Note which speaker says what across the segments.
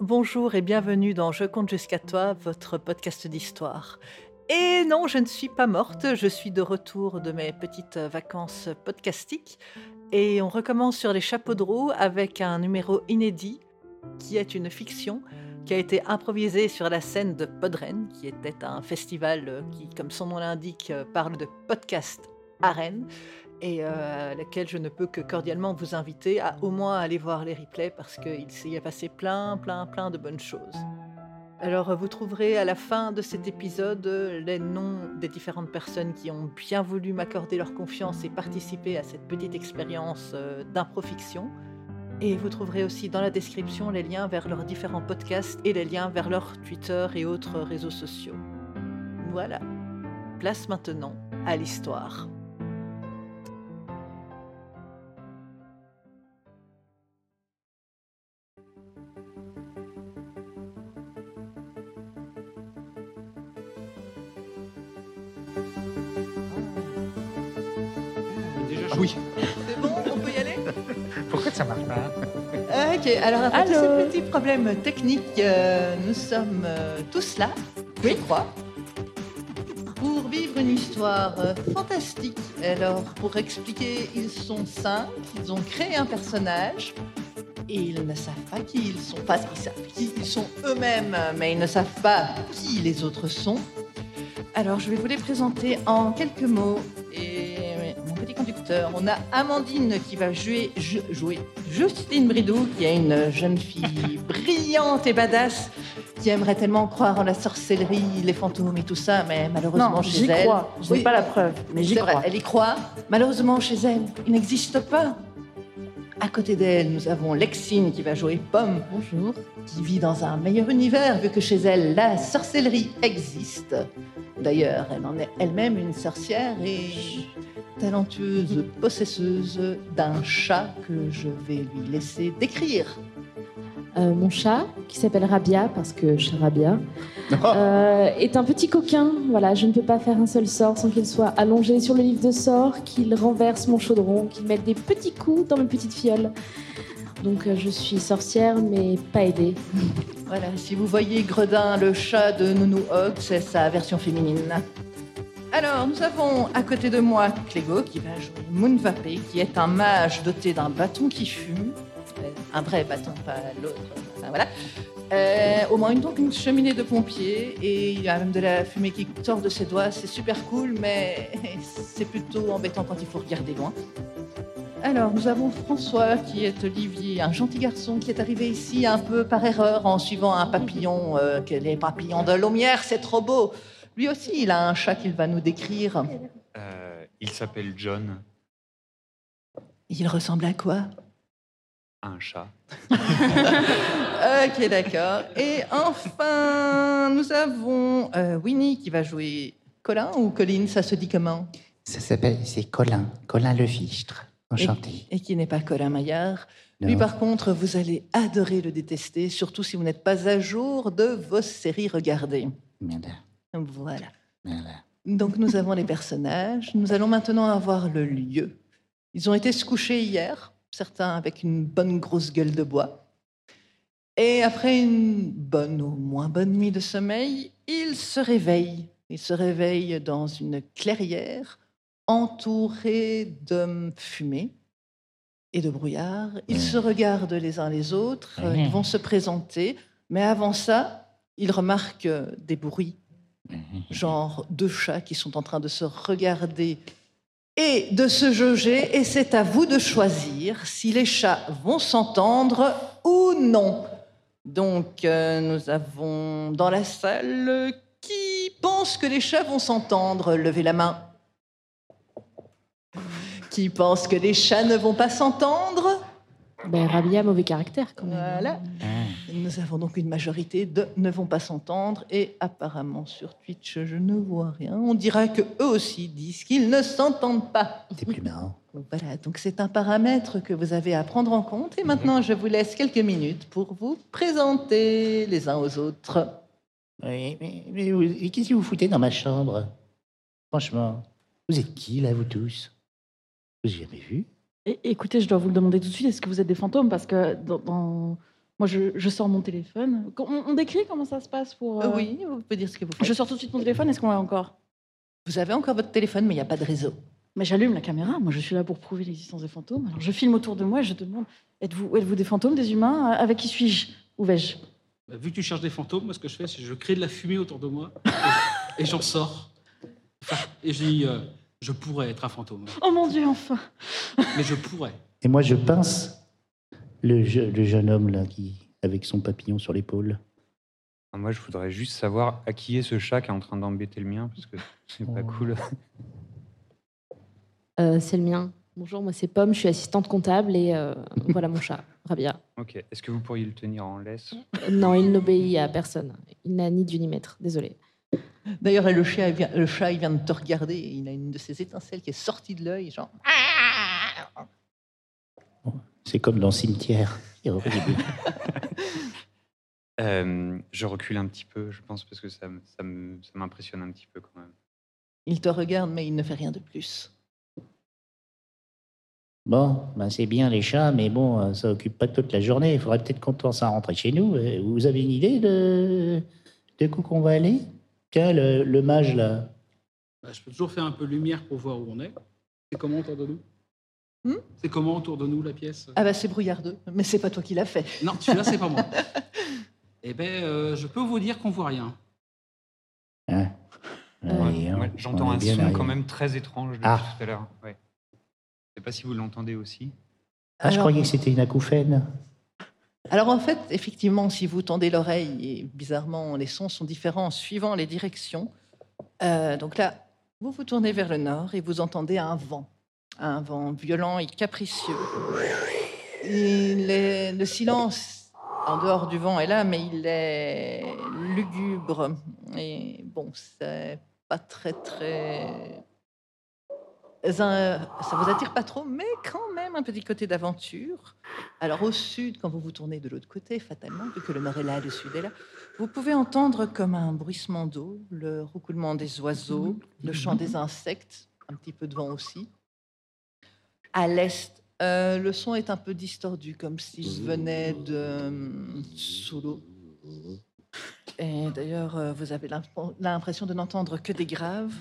Speaker 1: bonjour et bienvenue dans Je compte jusqu'à toi, votre podcast d'histoire. Et non, je ne suis pas morte, je suis de retour de mes petites vacances podcastiques et on recommence sur les chapeaux de roue avec un numéro inédit qui est une fiction qui a été improvisée sur la scène de Podren, qui était un festival qui, comme son nom l'indique, parle de podcast à Rennes et euh, à laquelle je ne peux que cordialement vous inviter à au moins aller voir les replays parce qu'il s'y est passé plein, plein, plein de bonnes choses. Alors vous trouverez à la fin de cet épisode les noms des différentes personnes qui ont bien voulu m'accorder leur confiance et participer à cette petite expérience euh, d'improfiction. Et vous trouverez aussi dans la description les liens vers leurs différents podcasts et les liens vers leur Twitter et autres réseaux sociaux. Voilà. Place maintenant à l'histoire.
Speaker 2: Ah oui.
Speaker 1: C'est bon, on peut y aller
Speaker 2: Pourquoi ça marche pas
Speaker 1: Euh, Ok, alors après tous ces petits problèmes techniques, euh, nous sommes euh, tous là, je crois, pour vivre une histoire euh, fantastique. Alors, pour expliquer, ils sont cinq, ils ont créé un personnage. Et ils ne savent pas qui ils sont. Enfin, ils savent qui ils sont eux-mêmes, mais ils ne savent pas qui les autres sont. Alors, je vais vous les présenter en quelques mots. Et mon petit conducteur, on a Amandine qui va jouer, ju- jouer Justine Bridoux, qui est une jeune fille brillante et badass, qui aimerait tellement croire en la sorcellerie, les fantômes et tout ça, mais malheureusement
Speaker 3: Non,
Speaker 1: chez
Speaker 3: j'y
Speaker 1: elle.
Speaker 3: crois. Je n'ai
Speaker 1: Oui.
Speaker 3: pas la preuve, mais j'y
Speaker 1: C'est vrai,
Speaker 3: crois.
Speaker 1: elle y croit. Malheureusement, chez elle, il n'existe pas. À côté d'elle, nous avons Lexine qui va jouer Pomme. Bonjour. Qui vit dans un meilleur univers, vu que chez elle, la sorcellerie existe. D'ailleurs, elle en est elle-même une sorcière et talentueuse possesseuse d'un chat que je vais lui laisser décrire.
Speaker 4: Euh, mon chat, qui s'appelle Rabia, parce que chat Rabia,
Speaker 2: Non.
Speaker 4: euh, est un petit coquin. Voilà, je ne peux pas faire un seul sort sans qu'il soit allongé sur le livre de sort, qu'il renverse mon chaudron, qu'il mette des petits coups dans mes petites fioles. Donc euh, je suis sorcière, mais pas aidée.
Speaker 1: Voilà, si vous voyez Gredin, le chat de Nounou Hogg, c'est sa version féminine. Alors, nous avons à côté de moi Clégo qui va jouer Moonvapé, qui est un mage doté d'un bâton qui fume. Euh, Un vrai bâton, pas l'autre. Enfin, voilà. Euh, au moins une, donc une cheminée de pompiers et il y a même de la fumée qui sort de ses doigts. C'est super cool, mais c'est plutôt embêtant quand il faut regarder loin. Alors, nous avons François qui est Olivier, un gentil garçon qui est arrivé ici un peu par erreur en suivant un papillon, euh, que les papillons de lumière, c'est trop beau. Lui aussi, il a un chat qu'il va nous décrire.
Speaker 2: Euh, il s'appelle John,
Speaker 1: Il ressemble à quoi
Speaker 2: un chat.
Speaker 1: Ok, d'accord. Et enfin, nous avons euh, Winnie qui va jouer Colin ou Colline, ça se dit comment
Speaker 5: Ça s'appelle, c'est Colin, Colin Le Fichtre. Enchanté.
Speaker 1: Et qui n'est pas Colin Maillard. Lui,
Speaker 5: Non.
Speaker 1: par contre, vous allez adorer le détester, surtout si vous n'êtes pas à jour de vos séries regardées.
Speaker 5: Merde,
Speaker 1: Voilà.
Speaker 5: merde.
Speaker 1: Donc nous avons les personnages. Nous allons maintenant avoir le lieu. Ils ont été se coucher hier, certains avec une bonne grosse gueule de bois. Et après une bonne ou moins bonne nuit de sommeil, ils se réveillent. Ils se réveillent dans une clairière entourée de fumée et de brouillard. Ils se regardent les uns les autres, euh, ils vont se présenter. Mais avant ça, ils remarquent euh, des bruits
Speaker 5: Mhm.
Speaker 1: genre deux chats qui sont en train de se regarder et de se jauger, et c'est à vous de choisir si les chats vont s'entendre ou non. Donc, euh, nous avons dans la salle euh, qui pense que les chats vont s'entendre. Levez la main. Qui pense que les chats ne vont pas s'entendre
Speaker 4: Ben, Rabia, mauvais caractère quand même.
Speaker 1: Voilà. Nous avons donc une majorité de ne vont pas s'entendre et apparemment sur Twitch, je ne vois rien. On dira que eux aussi disent qu'ils ne s'entendent pas.
Speaker 5: C'est plus marrant.
Speaker 1: Voilà, donc c'est un paramètre que vous avez à prendre en compte et maintenant je vous laisse quelques minutes pour vous présenter les uns aux autres.
Speaker 5: Oui, mais, mais vous- et qu'est-ce que vous foutez dans ma chambre Franchement, vous êtes qui, là, vous tous Vous avez jamais vu
Speaker 3: Et- écoutez, je dois vous le demander tout de suite, est-ce que vous êtes des fantômes Parce que dans, dans-
Speaker 4: Moi, je, je sors mon téléphone. Qu- On, on décrit comment ça se passe pour.
Speaker 1: Euh,
Speaker 4: euh,
Speaker 1: oui, vous pouvez dire ce que vous faites.
Speaker 4: Je sors tout de suite mon téléphone. Est-ce qu'on l'a encore
Speaker 1: Vous avez encore votre téléphone, mais il n'y a pas de réseau.
Speaker 4: Mais j'allume la caméra. Moi, je suis là pour prouver l'existence des fantômes. Alors, je filme autour de moi et je demande êtes-vous êtes-vous des fantômes, des humains Euh, Avec qui suis-je Où vais-je
Speaker 3: Bah, vu que tu cherches des fantômes, moi, ce que je fais, c'est que je crée de la fumée autour de moi et, et j'en sors. Enfin, et je dis, euh, je pourrais être un fantôme.
Speaker 4: Oh mon Dieu, enfin
Speaker 3: Mais je pourrais.
Speaker 5: Et moi, je pince le, je- le jeune homme là, qui, avec son papillon sur l'épaule.
Speaker 2: Ah, Moi, je voudrais juste savoir à qui est ce chat qui est en train d'embêter le mien, parce que c'est pas
Speaker 5: Oh.
Speaker 2: cool.
Speaker 6: Euh, c'est le mien. Bonjour, moi c'est Pomme, je suis assistante comptable et euh, voilà mon chat, Rabia.
Speaker 2: Ok, est-ce que vous pourriez le tenir en laisse
Speaker 6: Euh, Non, il n'obéit à personne. Il n'a ni dû ni maître, désolé.
Speaker 1: D'ailleurs, là, le, chien, il vient- le chat, il vient de te regarder. et il a une de ces étincelles qui est sortie de l'œil, genre.
Speaker 5: C'est comme dans Cimetière. C'est horrible.
Speaker 2: Euh, Je recule un petit peu, je pense, parce que ça, me- ça me- ça m'impressionne un petit peu quand même.
Speaker 1: Il te regarde, mais il ne fait rien de plus.
Speaker 5: Bon, ben c'est bien les chats, mais bon, euh, ça occupe pas toute la journée. Il faudrait peut-être qu'on pense à rentrer chez nous. Euh, Vous avez une idée de, de où qu'on va aller Tiens, le, le mage là.
Speaker 3: Bah, je peux toujours faire un peu lumière pour voir où on est. C'est comment autour de nous
Speaker 1: Hmm
Speaker 3: C'est comment autour de nous la pièce
Speaker 1: Ah bah, c'est brouillardeux, mais c'est pas toi qui l'as fait.
Speaker 3: Non, celui-là, c'est pas moi. Eh ben, euh, je peux vous dire qu'on voit rien.
Speaker 5: Hein
Speaker 2: Ouais,
Speaker 5: Allez, hein,
Speaker 2: ouais, J'entends
Speaker 5: on est
Speaker 2: un son
Speaker 5: bien arrivé.
Speaker 2: quand même très étrange depuis
Speaker 5: Ah.
Speaker 2: tout à l'heure. Ouais. Je sais pas si vous l'entendez aussi.
Speaker 5: Ah, je
Speaker 1: Alors-
Speaker 5: croyais que c'était une acouphène.
Speaker 1: Alors en fait, effectivement, si vous tendez l'oreille, et bizarrement, les sons sont différents suivant les directions. Euh, donc là, vous vous tournez vers le nord et vous entendez un vent, un vent violent et capricieux. Il est- le silence en dehors du vent est là, mais il est lugubre. Et bon, c'est pas très très. Ça ça vous attire pas trop, mais quand même un petit côté d'aventure. Alors au sud, quand vous vous tournez de l'autre côté, fatalement, vu que le nord est là, le sud est là, vous pouvez entendre comme un bruissement d'eau, le roucoulement des oiseaux, le chant des insectes, un petit peu de vent aussi. À l'est, euh, le son est un peu distordu, comme s'il venait de euh, sous l'eau. Et d'ailleurs, euh, vous avez l'imp- l'impression de n'entendre que des graves.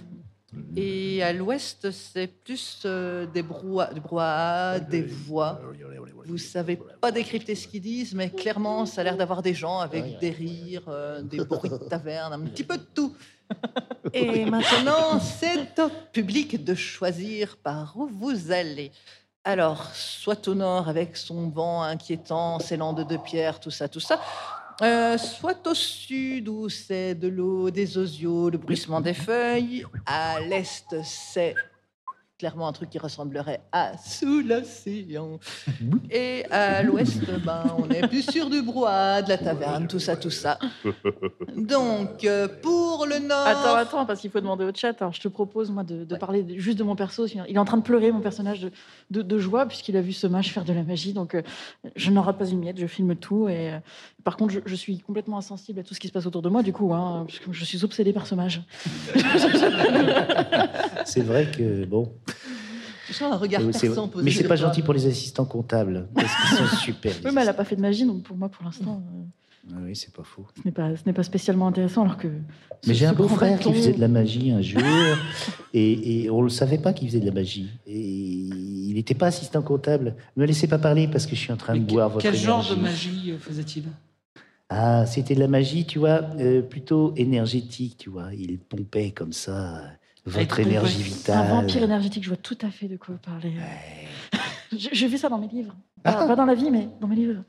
Speaker 1: Et à l'ouest, c'est plus euh, des brouha- des brouhahas, des voix. Vous savez pas décrypter ce qu'ils disent, mais clairement, ça a l'air d'avoir des gens avec des rires, euh, des bruits de taverne, un petit peu de tout. Et maintenant, c'est au public de choisir par où vous allez. Alors, soit au nord avec son vent inquiétant, ses landes de pierre, tout ça, tout ça. Euh, soit au sud où c'est de l'eau, des osios, le bruissement des feuilles. À l'est, c'est clairement un truc qui ressemblerait à sous l'océan. Et à l'ouest, ben, on est plus sûr du brouhaha, de la taverne, tout ça, tout ça. Donc, euh, pour le nord.
Speaker 4: Attends, attends, parce qu'il faut demander au chat. Alors, je te propose, moi, de, de parler de- juste de mon perso. sinon- Il est en train de pleurer, mon personnage, de, de- de joie, puisqu'il a vu ce mage faire de la magie. Donc, euh, je n'en rate pas une miette, je filme tout. Et euh, Par contre, je, je suis complètement insensible à tout ce qui se passe autour de moi, du coup, hein, puisque je suis obsédée par ce mage.
Speaker 5: C'est vrai que bon.
Speaker 1: Tu sens un regard
Speaker 5: euh, c'est-
Speaker 1: perçant posé
Speaker 5: mais c'est
Speaker 1: sur
Speaker 5: pas
Speaker 1: toi.
Speaker 5: gentil pour les assistants comptables parce qu'ils sont super. les
Speaker 4: Oui, mais elle n'a pas fait de magie, donc pour moi, pour l'instant, euh,
Speaker 5: assistants. Ah oui, c'est pas faux.
Speaker 4: ce n'est pas, ce n'est pas spécialement intéressant, alors que. ce-
Speaker 5: Mais j'ai un
Speaker 4: ce grand
Speaker 5: beau-frère
Speaker 4: bâton-
Speaker 5: qui faisait de la magie un jour, et, et on ne le savait pas qu'il faisait de la magie. Et il n'était pas assistant comptable. Ne me laissez pas parler parce que je suis en train
Speaker 3: Mais
Speaker 5: de boire
Speaker 3: que-
Speaker 5: votre
Speaker 3: quel genre
Speaker 5: énergie.
Speaker 3: de magie euh, faisait-il
Speaker 5: Ah, c'était de la magie, tu vois, euh, plutôt énergétique, tu vois. Il pompait comme ça euh, votre
Speaker 3: Ah, pompait.
Speaker 5: énergie
Speaker 4: Un
Speaker 5: vitale.
Speaker 4: vampire énergétique, je vois tout à fait de quoi vous parlez.
Speaker 5: Ouais. Ah.
Speaker 4: Je- J'ai vu ça dans mes livres. Pas- pas dans la vie, mais dans mes livres.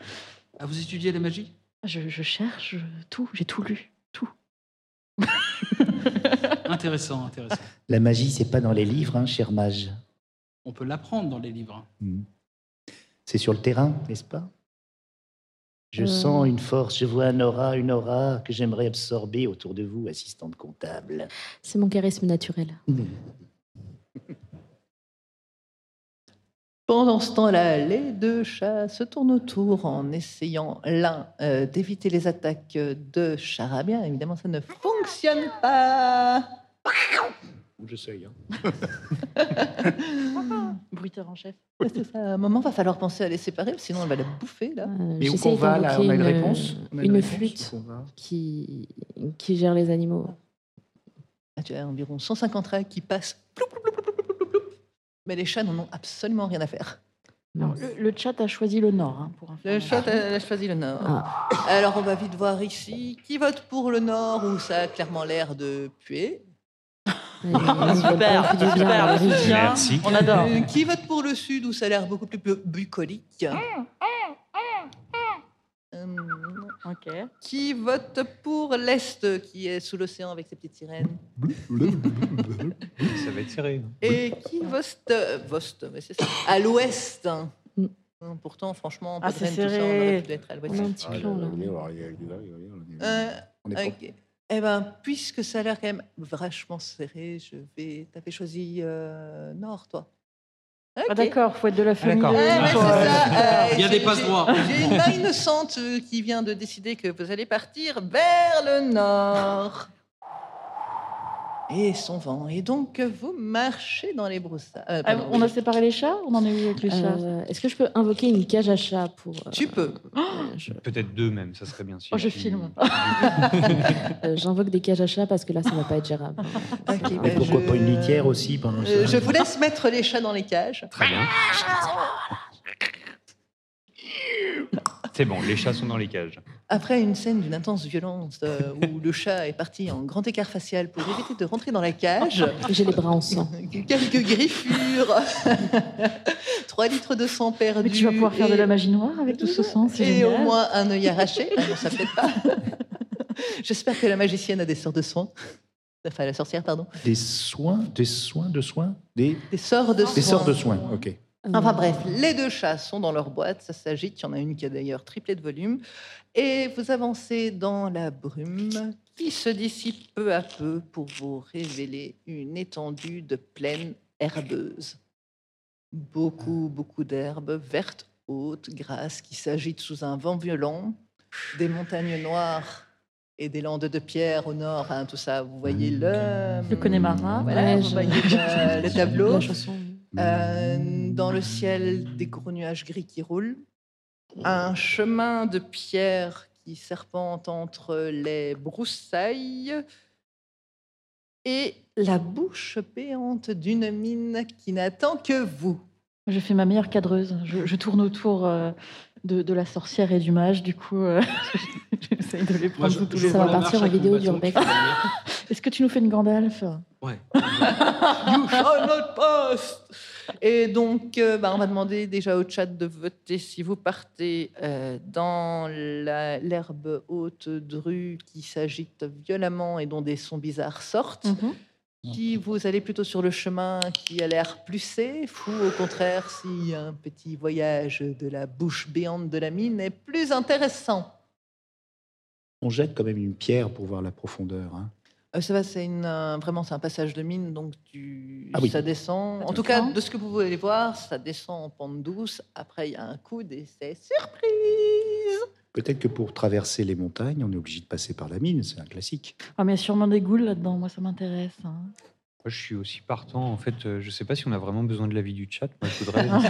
Speaker 3: ah, Vous étudiez la magie
Speaker 4: Je, je cherche je- tout, j'ai tout lu, tout.
Speaker 3: Intéressant, intéressant.
Speaker 5: La magie, c'est pas dans les livres, hein, cher mage.
Speaker 3: On peut l'apprendre dans les livres.
Speaker 5: Hmm. C'est sur le terrain, n'est-ce pas Je
Speaker 6: Euh.
Speaker 5: sens une force, je vois un aura, une aura que j'aimerais absorber autour de vous, assistante comptable.
Speaker 6: C'est mon charisme naturel.
Speaker 1: Pendant ce temps-là, les deux chats se tournent autour en essayant l'un euh, d'éviter les attaques de Charabia. Évidemment, ça ne fonctionne pas.
Speaker 7: J'essaye. hein.
Speaker 1: Mmh. Bruiteur en chef. C'est ça. À un moment, va falloir penser à les séparer, sinon elle va la bouffer là.
Speaker 6: Euh,
Speaker 7: Mais où
Speaker 6: j'essaye
Speaker 7: qu'on va là On a une
Speaker 6: d'invoquer
Speaker 7: réponse On a
Speaker 6: une
Speaker 7: réponse
Speaker 6: flûte.
Speaker 7: Où qu'on va
Speaker 6: qui, qui gère les animaux.
Speaker 1: Ah, Tu as environ 150 rats qui passent. Ploup, ploup, ploup, ploup, ploup, ploup, ploup. Mais les chats n'en ont absolument rien à faire.
Speaker 8: Alors, le, le chat a choisi le nord. hein, pour
Speaker 1: Le
Speaker 8: information.
Speaker 1: chat a, a choisi le nord. Ah. Alors on va vite voir ici qui vote pour le nord où ça a clairement l'air de puer.
Speaker 6: Ils veulent pas, on fait du bien,
Speaker 8: super,
Speaker 6: alors,
Speaker 8: on se soutient,
Speaker 2: Merci.
Speaker 8: On adore.
Speaker 1: Euh, qui vote pour le sud où ça a l'air beaucoup plus bu- bucolique. Hum,
Speaker 8: Ok.
Speaker 1: qui vote pour l'est qui est sous l'océan avec ses petites sirènes.
Speaker 2: Ça va être serré. hein.
Speaker 1: Et qui vote, euh, vote, mais c'est ça, à l'ouest. hein.
Speaker 6: Mm.
Speaker 1: Hum, Pourtant, franchement,
Speaker 8: Mmh. Ah,
Speaker 1: pas de reine, tout
Speaker 8: c'est
Speaker 1: ça, on
Speaker 8: serré. Mmh.
Speaker 1: aurait pu être à l'ouest.
Speaker 6: On a un petit
Speaker 7: Ah,
Speaker 6: plan là.
Speaker 7: on est- on est- on est-
Speaker 1: Euh,
Speaker 7: on est propre.
Speaker 1: Ok. Eh ben, puisque ça a l'air quand même vachement serré, je vais. T'avais choisi euh, Nord, toi. Ok.
Speaker 8: Ah, D'accord, faut être de la famille. euh,
Speaker 2: d'accord.
Speaker 1: Eh ben,
Speaker 2: Ah,
Speaker 1: c'est
Speaker 2: ouais,
Speaker 1: ça. euh.
Speaker 3: Il y a
Speaker 1: j'ai-
Speaker 3: des passe-droits.
Speaker 1: j'ai- J'ai une main innocente euh, qui vient de décider que vous allez partir vers le nord. Et son vent. Et donc, vous marchez dans les broussailles. Euh,
Speaker 8: Ah,
Speaker 1: pardon,
Speaker 8: on a
Speaker 1: oui.
Speaker 8: séparé les chats On en est où avec les chats
Speaker 6: Euh, Est-ce que je peux invoquer une cage à chat pour. euh,
Speaker 1: Tu peux.
Speaker 6: euh, je-
Speaker 2: Peut-être deux même, ça serait bien sûr.
Speaker 8: Oh, je filme.
Speaker 6: euh, J'invoque des cages à chat parce que là, ça va pas être gérable.
Speaker 1: Ok,
Speaker 5: Mais
Speaker 1: ben,
Speaker 5: pourquoi
Speaker 1: je-
Speaker 5: pas une litière aussi pendant
Speaker 1: Euh,
Speaker 5: ce
Speaker 1: je vous laisse mettre les chats dans les cages.
Speaker 2: Très bien. C'est bon, les chats sont dans les cages.
Speaker 1: Après une scène d'une intense violence euh, où le chat est parti en grand écart facial pour éviter de rentrer dans la cage,
Speaker 6: J'ai les bras en sang.
Speaker 1: quelques griffures, 3 litres de sang perdu.
Speaker 8: Mais tu vas pouvoir faire de
Speaker 1: et-
Speaker 8: la magie noire avec tout ce sang, c'est
Speaker 1: Et au
Speaker 8: génial.
Speaker 1: moins un œil arraché. Ah non, ça peut pas. J'espère que la magicienne a des sorts de soins. Enfin, la sorcière, pardon.
Speaker 5: Des soins, des soins de soins, des,
Speaker 1: Des sorts de soins.
Speaker 5: des sortes de soins. Ok.
Speaker 1: Enfin
Speaker 6: Mmh.
Speaker 1: bref, les deux chats sont dans leur boîte, ça s'agite, il y en a une qui a d'ailleurs triplé de volume. Et vous avancez dans la brume qui se dissipe peu à peu pour vous révéler une étendue de plaine herbeuse. Beaucoup, beaucoup d'herbes vertes, hautes, grasses, qui s'agitent sous un vent violent, des montagnes noires et des landes de pierre au nord, hein, tout ça, vous voyez le...
Speaker 8: Le Connemara,
Speaker 1: voilà,
Speaker 6: Ouais,
Speaker 1: vous
Speaker 6: je-
Speaker 1: voyez le- le tableau.
Speaker 6: La chanson.
Speaker 1: Euh, dans le ciel, des gros nuages gris qui roulent. Un chemin de pierre qui serpente entre les broussailles. Et la bouche béante d'une mine qui n'attend que vous.
Speaker 8: Je fais ma meilleure cadreuse. Je, je tourne autour euh, de, de la sorcière et du mage, du coup, euh, j'essaye de les
Speaker 3: Moi,
Speaker 8: prendre
Speaker 3: je-
Speaker 8: sous tous
Speaker 3: je
Speaker 8: les
Speaker 6: ça
Speaker 3: vois
Speaker 6: va
Speaker 8: arbres.
Speaker 3: la
Speaker 6: partir
Speaker 3: marche
Speaker 6: en
Speaker 3: avec mon
Speaker 6: vidéo du
Speaker 3: bâton qui
Speaker 6: Urbex.
Speaker 3: fait la lumière.
Speaker 8: Est-ce que tu nous fais une grande alphe
Speaker 3: Ouais.
Speaker 1: You shall not pass. Et donc, euh, bah, on va demander déjà au chat de voter si vous partez euh, dans la- l'herbe haute drue qui s'agite violemment et dont des sons bizarres sortent. Si vous allez plutôt sur le chemin qui a l'air plussé, ou au contraire, si un petit voyage de la bouche béante de la mine est plus intéressant.
Speaker 5: On jette quand même une pierre pour voir la profondeur. hein.
Speaker 1: Euh, ça va, c'est une, euh, vraiment c'est un passage de mine, donc tu,
Speaker 5: Ah oui.
Speaker 1: ça descend. En tout cas, de ce que vous voulez voir, ça descend en pente douce. Après, il y a un coude et c'est surprise.
Speaker 5: Peut-être que pour traverser les montagnes, on est obligé de passer par la mine, c'est un classique.
Speaker 8: Ah, mais il y a sûrement des goules là-dedans, moi ça m'intéresse. hein.
Speaker 2: Moi, je suis aussi partant. En fait, euh, je sais pas si on a vraiment besoin de l'avis du chat. Moi, je voudrais. Moi,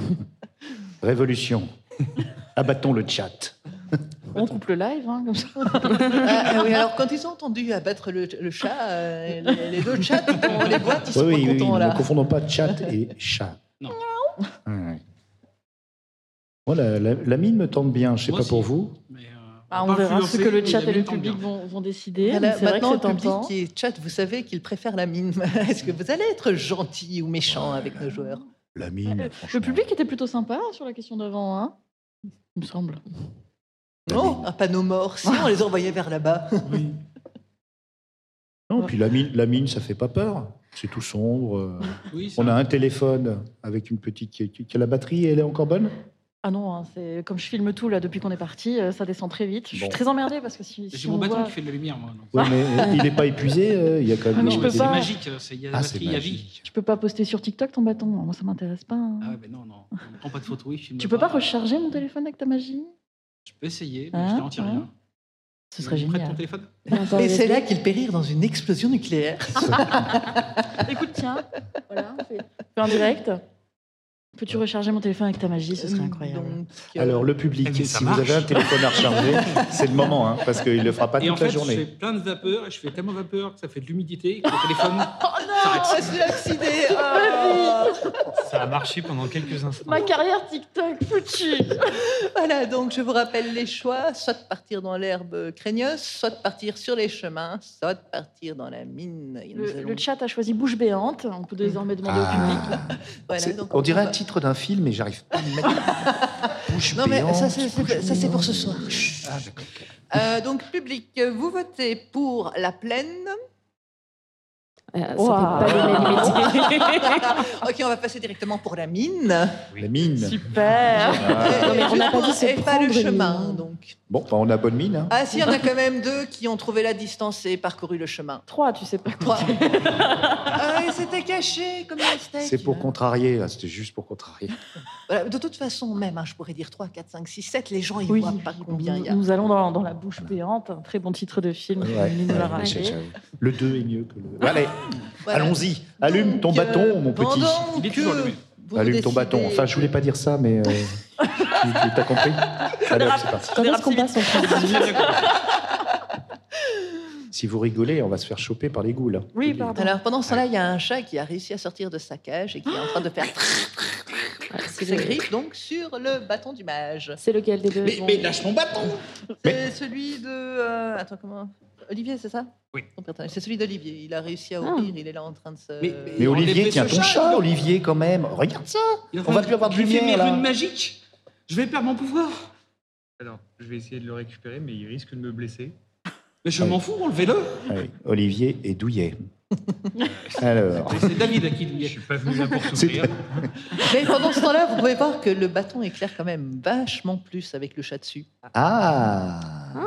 Speaker 5: Révolution. Abattons le chat.
Speaker 8: On coupe le live, hein, comme ça.
Speaker 1: Ah, ah oui, alors quand ils ont entendu abattre le, le chat, euh, les, les deux chats dans les boîtes, ils sont
Speaker 5: oui, oui,
Speaker 1: pas
Speaker 5: oui,
Speaker 1: contents
Speaker 5: oui, ne
Speaker 1: là.
Speaker 5: confondons pas chat et chat.
Speaker 3: Non.
Speaker 5: Ouais. Moi, la, la- la mine me tente bien, je sais
Speaker 3: Moi
Speaker 5: pas
Speaker 3: aussi.
Speaker 5: pour vous.
Speaker 3: Mais, euh, on
Speaker 8: Ah, on
Speaker 3: va pas
Speaker 8: verra ce
Speaker 3: influencer,
Speaker 8: que le
Speaker 3: mais
Speaker 8: chat
Speaker 3: la
Speaker 8: et le
Speaker 3: lumière tombe
Speaker 8: public
Speaker 3: bien.
Speaker 8: vont, vont décider.
Speaker 1: Voilà,
Speaker 8: mais c'est vrai que
Speaker 1: maintenant,
Speaker 8: c'est
Speaker 1: le public
Speaker 8: tentant.
Speaker 1: qui est chat, vous savez qu'il préfère la mine. Est-ce que vous allez être gentil ou méchant avec nos joueurs
Speaker 5: La
Speaker 6: Euh,
Speaker 5: mine,
Speaker 8: Le
Speaker 5: franchement.
Speaker 8: public était plutôt sympa hein, sur la question d'avant, hein il me semble.
Speaker 5: La
Speaker 1: Non,
Speaker 5: mine.
Speaker 1: un panneau mort. Si on les envoyait vers là-bas.
Speaker 5: Non, puis la mine, la mine, ça fait pas peur. C'est tout sombre. euh,
Speaker 3: Oui, ça-
Speaker 5: On a un téléphone avec une petite qui, qui- qui a la batterie, elle est encore bonne.
Speaker 8: Ah non, hein, c'est comme je filme tout là depuis qu'on est parti, euh, ça descend très vite. Je suis
Speaker 5: Bon.
Speaker 8: très emmerdée parce que si, si
Speaker 3: J'ai
Speaker 8: on
Speaker 3: mon bâton
Speaker 8: voit-
Speaker 3: qui fait de la lumière, moi. donc.
Speaker 5: Ouais, mais euh, il n'est pas épuisé. euh, Il y a quand même.
Speaker 8: Ah, mais je
Speaker 5: des-
Speaker 8: peux
Speaker 5: des-
Speaker 8: pas.
Speaker 3: C'est magique, euh, c'est- il y a la
Speaker 5: Ah, c'est
Speaker 3: batterie, il y a vie.
Speaker 5: magique.
Speaker 8: tu peux pas poster sur TikTok ton bâton. Moi, ça m'intéresse pas. hein.
Speaker 3: Ah bah, ouais, ben non, non, on prend pas de photo, oui, filme
Speaker 8: tu peux pas
Speaker 3: recharger
Speaker 8: recharger mon téléphone avec ta magie
Speaker 3: Je peux essayer, mais
Speaker 8: Hein,
Speaker 3: je garantis
Speaker 8: hein.
Speaker 3: rien.
Speaker 8: Ce serait
Speaker 3: Prête
Speaker 8: génial.
Speaker 3: ton téléphone
Speaker 1: Et c'est là qu'ils périrent dans une explosion nucléaire.
Speaker 8: Écoute, tiens, voilà, on fait on fait en direct. Peux-tu recharger mon téléphone avec ta magie Ce serait incroyable.
Speaker 1: Donc, euh,
Speaker 5: Alors, le public,
Speaker 3: Eh, mais ça
Speaker 5: si
Speaker 3: marche.
Speaker 5: vous avez un téléphone à recharger, c'est le moment, hein, parce qu'il ne le fera pas
Speaker 3: Et en
Speaker 5: toute
Speaker 3: fait,
Speaker 5: la
Speaker 3: je fais
Speaker 5: journée.
Speaker 3: plein de vapeur, et je fais tellement vapeur que ça fait de l'humidité, que le téléphone s'arrête.
Speaker 1: Oh, je suis Ah. accidée.
Speaker 2: Ça a marché pendant quelques instants.
Speaker 8: Ma carrière TikTok, foutue
Speaker 1: Voilà, donc je vous rappelle les choix soit de partir dans l'herbe craigneuse, soit de partir sur les chemins, soit de partir dans la mine. Et nous
Speaker 8: le,
Speaker 1: allons-
Speaker 8: le chat a choisi bouche béante. On peut désormais demander au public.
Speaker 5: Ah.
Speaker 1: Voilà,
Speaker 5: C'est-
Speaker 1: donc
Speaker 5: on dirait
Speaker 1: va-
Speaker 5: un titre d'un film, mais j'arrive pas à me mettre. Bouche
Speaker 1: Non, mais
Speaker 5: béante,
Speaker 1: ça, c'est-
Speaker 5: bouche
Speaker 1: c'est- ça, c'est pour ce
Speaker 5: béante.
Speaker 1: soir.
Speaker 5: Chut. Ah, d'accord.
Speaker 1: Euh, donc, public, vous votez pour la plaine.
Speaker 6: Euh,
Speaker 4: ça
Speaker 8: Wow.
Speaker 4: fait pas les mêmes métiers.
Speaker 1: ok, on va passer directement pour la mine.
Speaker 5: La mine.
Speaker 8: Super
Speaker 5: Ah.
Speaker 4: Non, mais on n'a pas dit se
Speaker 1: Et pas le
Speaker 4: prendre une
Speaker 1: chemin,
Speaker 4: mine.
Speaker 1: donc.
Speaker 5: Bon, bah, on a bonne mine. hein.
Speaker 1: Ah si, il y en a quand même deux qui ont trouvé la distance et parcouru le chemin.
Speaker 8: Trois, tu sais pas quoi.
Speaker 1: Trois. ah, et c'était caché, comme un steak.
Speaker 5: C'est pour contrarier, là. C'était juste pour contrarier.
Speaker 1: Voilà, de toute façon, même, hein, je pourrais dire 3, 4, 5, 6, 7, les gens, ils
Speaker 8: Oui, Mm.
Speaker 1: voient pas combien il y a.
Speaker 8: nous, nous allons dans, dans la bouche béante, un très bon titre de film.
Speaker 5: Ouais,
Speaker 8: Mine
Speaker 5: ouais,
Speaker 8: va
Speaker 5: j'ai-
Speaker 8: rager.
Speaker 5: j'avoue. le 2 est mieux que le. Allez,
Speaker 1: Voilà.
Speaker 5: allons-y. Allume ton
Speaker 1: Donc, euh,
Speaker 5: bâton, mon petit.
Speaker 1: pendant
Speaker 3: Il est
Speaker 1: que
Speaker 3: toujours allumé.
Speaker 1: vous
Speaker 5: Allume ton
Speaker 1: décidez-
Speaker 5: bâton. Enfin, je voulais pas dire ça, mais. euh, tu- tu- T'as compris Allez, hop, c'est parti.
Speaker 4: Quand est-ce qu'on passe en
Speaker 3: J'ai bien compris.
Speaker 5: Si vous rigolez, on va se faire choper par les goules.
Speaker 8: Oui, pardon.
Speaker 1: Alors, pendant ce temps-là, il y a un chat qui a réussi à sortir de sa cage et qui est en train de
Speaker 5: Ah,
Speaker 1: faire
Speaker 4: C'est
Speaker 1: ses
Speaker 4: le-
Speaker 1: griffes, donc, sur le bâton du mage.
Speaker 4: C'est lequel des deux
Speaker 7: Mais,
Speaker 4: bon.
Speaker 7: mais lâche mon bâton
Speaker 1: C'est celui de... euh, attends, comment Olivier, c'est ça
Speaker 2: Oui.
Speaker 1: Son personnage. C'est celui d'Olivier. Il a réussi à
Speaker 4: Ah.
Speaker 1: ouvrir, il est là en train de se...
Speaker 3: Mais-
Speaker 5: Mais
Speaker 3: Et on
Speaker 5: Olivier,
Speaker 3: déplaît
Speaker 5: tiens,
Speaker 3: ce
Speaker 5: ton
Speaker 3: chat,
Speaker 5: chat,
Speaker 3: alors.
Speaker 5: Olivier, quand même. Regarde ça.
Speaker 3: Il est en
Speaker 5: On va
Speaker 3: train
Speaker 5: plus avoir de
Speaker 3: je lui fais
Speaker 5: lumière,
Speaker 3: mes
Speaker 5: là.
Speaker 3: runes magiques. Je vais perdre mon pouvoir.
Speaker 2: Alors, je vais essayer de le récupérer, mais il risque de me blesser.
Speaker 3: Mais je
Speaker 5: Ouais.
Speaker 3: m'en fous, enlevez-le.
Speaker 5: Ah oui, Olivier est douillet. Alors,
Speaker 3: Mais C'est David à qui il
Speaker 2: Je
Speaker 3: y est.
Speaker 2: suis pas venu là pour
Speaker 5: C'est-
Speaker 2: souffrir.
Speaker 1: Mais pendant ce temps-là, vous pouvez voir que le bâton éclaire quand même vachement plus avec le chat dessus.
Speaker 5: ah,
Speaker 4: Ah,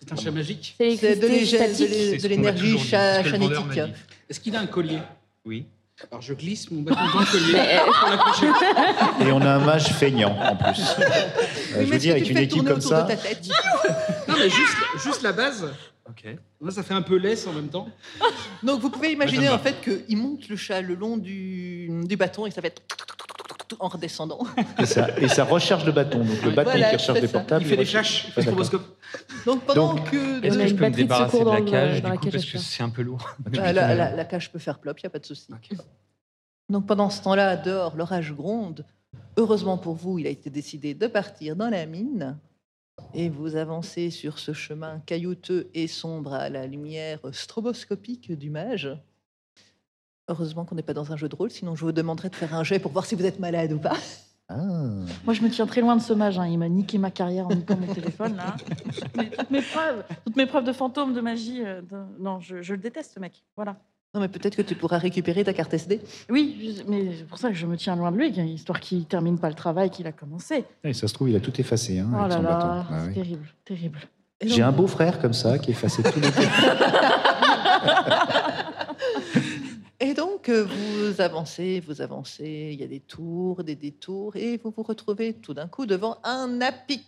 Speaker 3: C'est un chat magique.
Speaker 4: C'est
Speaker 1: C'est de
Speaker 4: l'électricité
Speaker 1: l'égèle, de
Speaker 4: statique.
Speaker 1: l'é-
Speaker 2: C'est
Speaker 1: de
Speaker 2: ce qu'on m'a
Speaker 1: l'énergie
Speaker 2: toujours dit,
Speaker 1: cha-
Speaker 2: ce que le vendeur m'a
Speaker 1: chanétique.
Speaker 2: dit.
Speaker 3: Est-ce qu'il a un collier
Speaker 2: Oui.
Speaker 3: Alors je glisse mon bâton dans le collier pour l'accrocher.
Speaker 5: et on a un mage feignant en
Speaker 1: Oui,
Speaker 5: plus. Euh, je
Speaker 1: mais
Speaker 5: veux
Speaker 1: est-ce
Speaker 5: dire,
Speaker 1: que
Speaker 5: avec
Speaker 1: tu
Speaker 5: une
Speaker 1: fais
Speaker 5: équipe
Speaker 1: tourner
Speaker 5: comme
Speaker 1: autour
Speaker 5: ça,
Speaker 1: de ta tête
Speaker 3: Non mais juste, juste la base.
Speaker 2: Ok.
Speaker 3: Moi ça fait un peu laisse en même temps.
Speaker 1: Donc vous pouvez imaginer
Speaker 2: Madame
Speaker 1: en fait qu'il monte le chat le long du, du bâton et ça fait en redescendant.
Speaker 5: et ça, et ça recherche le bâton. Donc le
Speaker 3: Ouais,
Speaker 5: bâton
Speaker 1: voilà,
Speaker 5: qui recherche
Speaker 1: c'est
Speaker 5: des
Speaker 1: ça.
Speaker 5: portables.
Speaker 3: Il fait des
Speaker 5: recherche-
Speaker 3: flashs, il
Speaker 5: Ah,
Speaker 3: fait le
Speaker 5: d'accord.
Speaker 3: stroboscope.
Speaker 1: Donc pendant
Speaker 5: Donc,
Speaker 1: que
Speaker 2: Est-ce
Speaker 4: On a
Speaker 2: que je
Speaker 4: une
Speaker 2: peux me
Speaker 4: batterie de
Speaker 2: débarrasser de
Speaker 4: secours
Speaker 2: la
Speaker 4: dans le-
Speaker 2: cage,
Speaker 4: dans
Speaker 2: du
Speaker 4: la
Speaker 2: coup,
Speaker 4: cage
Speaker 2: parce
Speaker 4: à
Speaker 2: que
Speaker 4: faire.
Speaker 2: c'est un peu lourd.
Speaker 1: Ah, la, la- la cage peut faire plop, il n'y a pas de souci.
Speaker 2: Ok.
Speaker 1: Donc pendant ce temps-là, dehors, l'orage gronde. Heureusement pour vous, il a été décidé de partir dans la mine. Et vous avancez sur ce chemin caillouteux et sombre à la lumière stroboscopique du mage. Heureusement qu'on n'est pas dans un jeu de rôle, sinon je vous demanderais de faire un jet pour voir si vous êtes malade ou pas.
Speaker 5: Ah.
Speaker 8: Moi, je me tiens très loin de ce mage. hein. Il m'a niqué ma carrière en niquant mon téléphone, là. Mais toutes mes preuves, toutes mes preuves de fantôme, de magie. euh, de- Non, je, je le déteste, ce mec. Voilà.
Speaker 1: Non, mais peut-être que tu pourras récupérer ta carte SD.
Speaker 8: Oui, je- mais c'est pour ça que je me tiens loin de lui, histoire qu'il termine pas le travail qu'il a commencé.
Speaker 5: Ah, Et ça se trouve, il a tout effacé hein,
Speaker 8: oh
Speaker 5: avec
Speaker 8: là
Speaker 5: son
Speaker 8: là,
Speaker 5: bâton. Ah
Speaker 8: c'est
Speaker 5: oui.
Speaker 8: terrible, terrible.
Speaker 1: Et donc,
Speaker 5: J'ai un beau frère comme ça qui effaçait tout le
Speaker 1: Et donc, euh, vous avancez, vous avancez, il y a des tours, des détours, et vous vous retrouvez tout d'un coup devant un apic.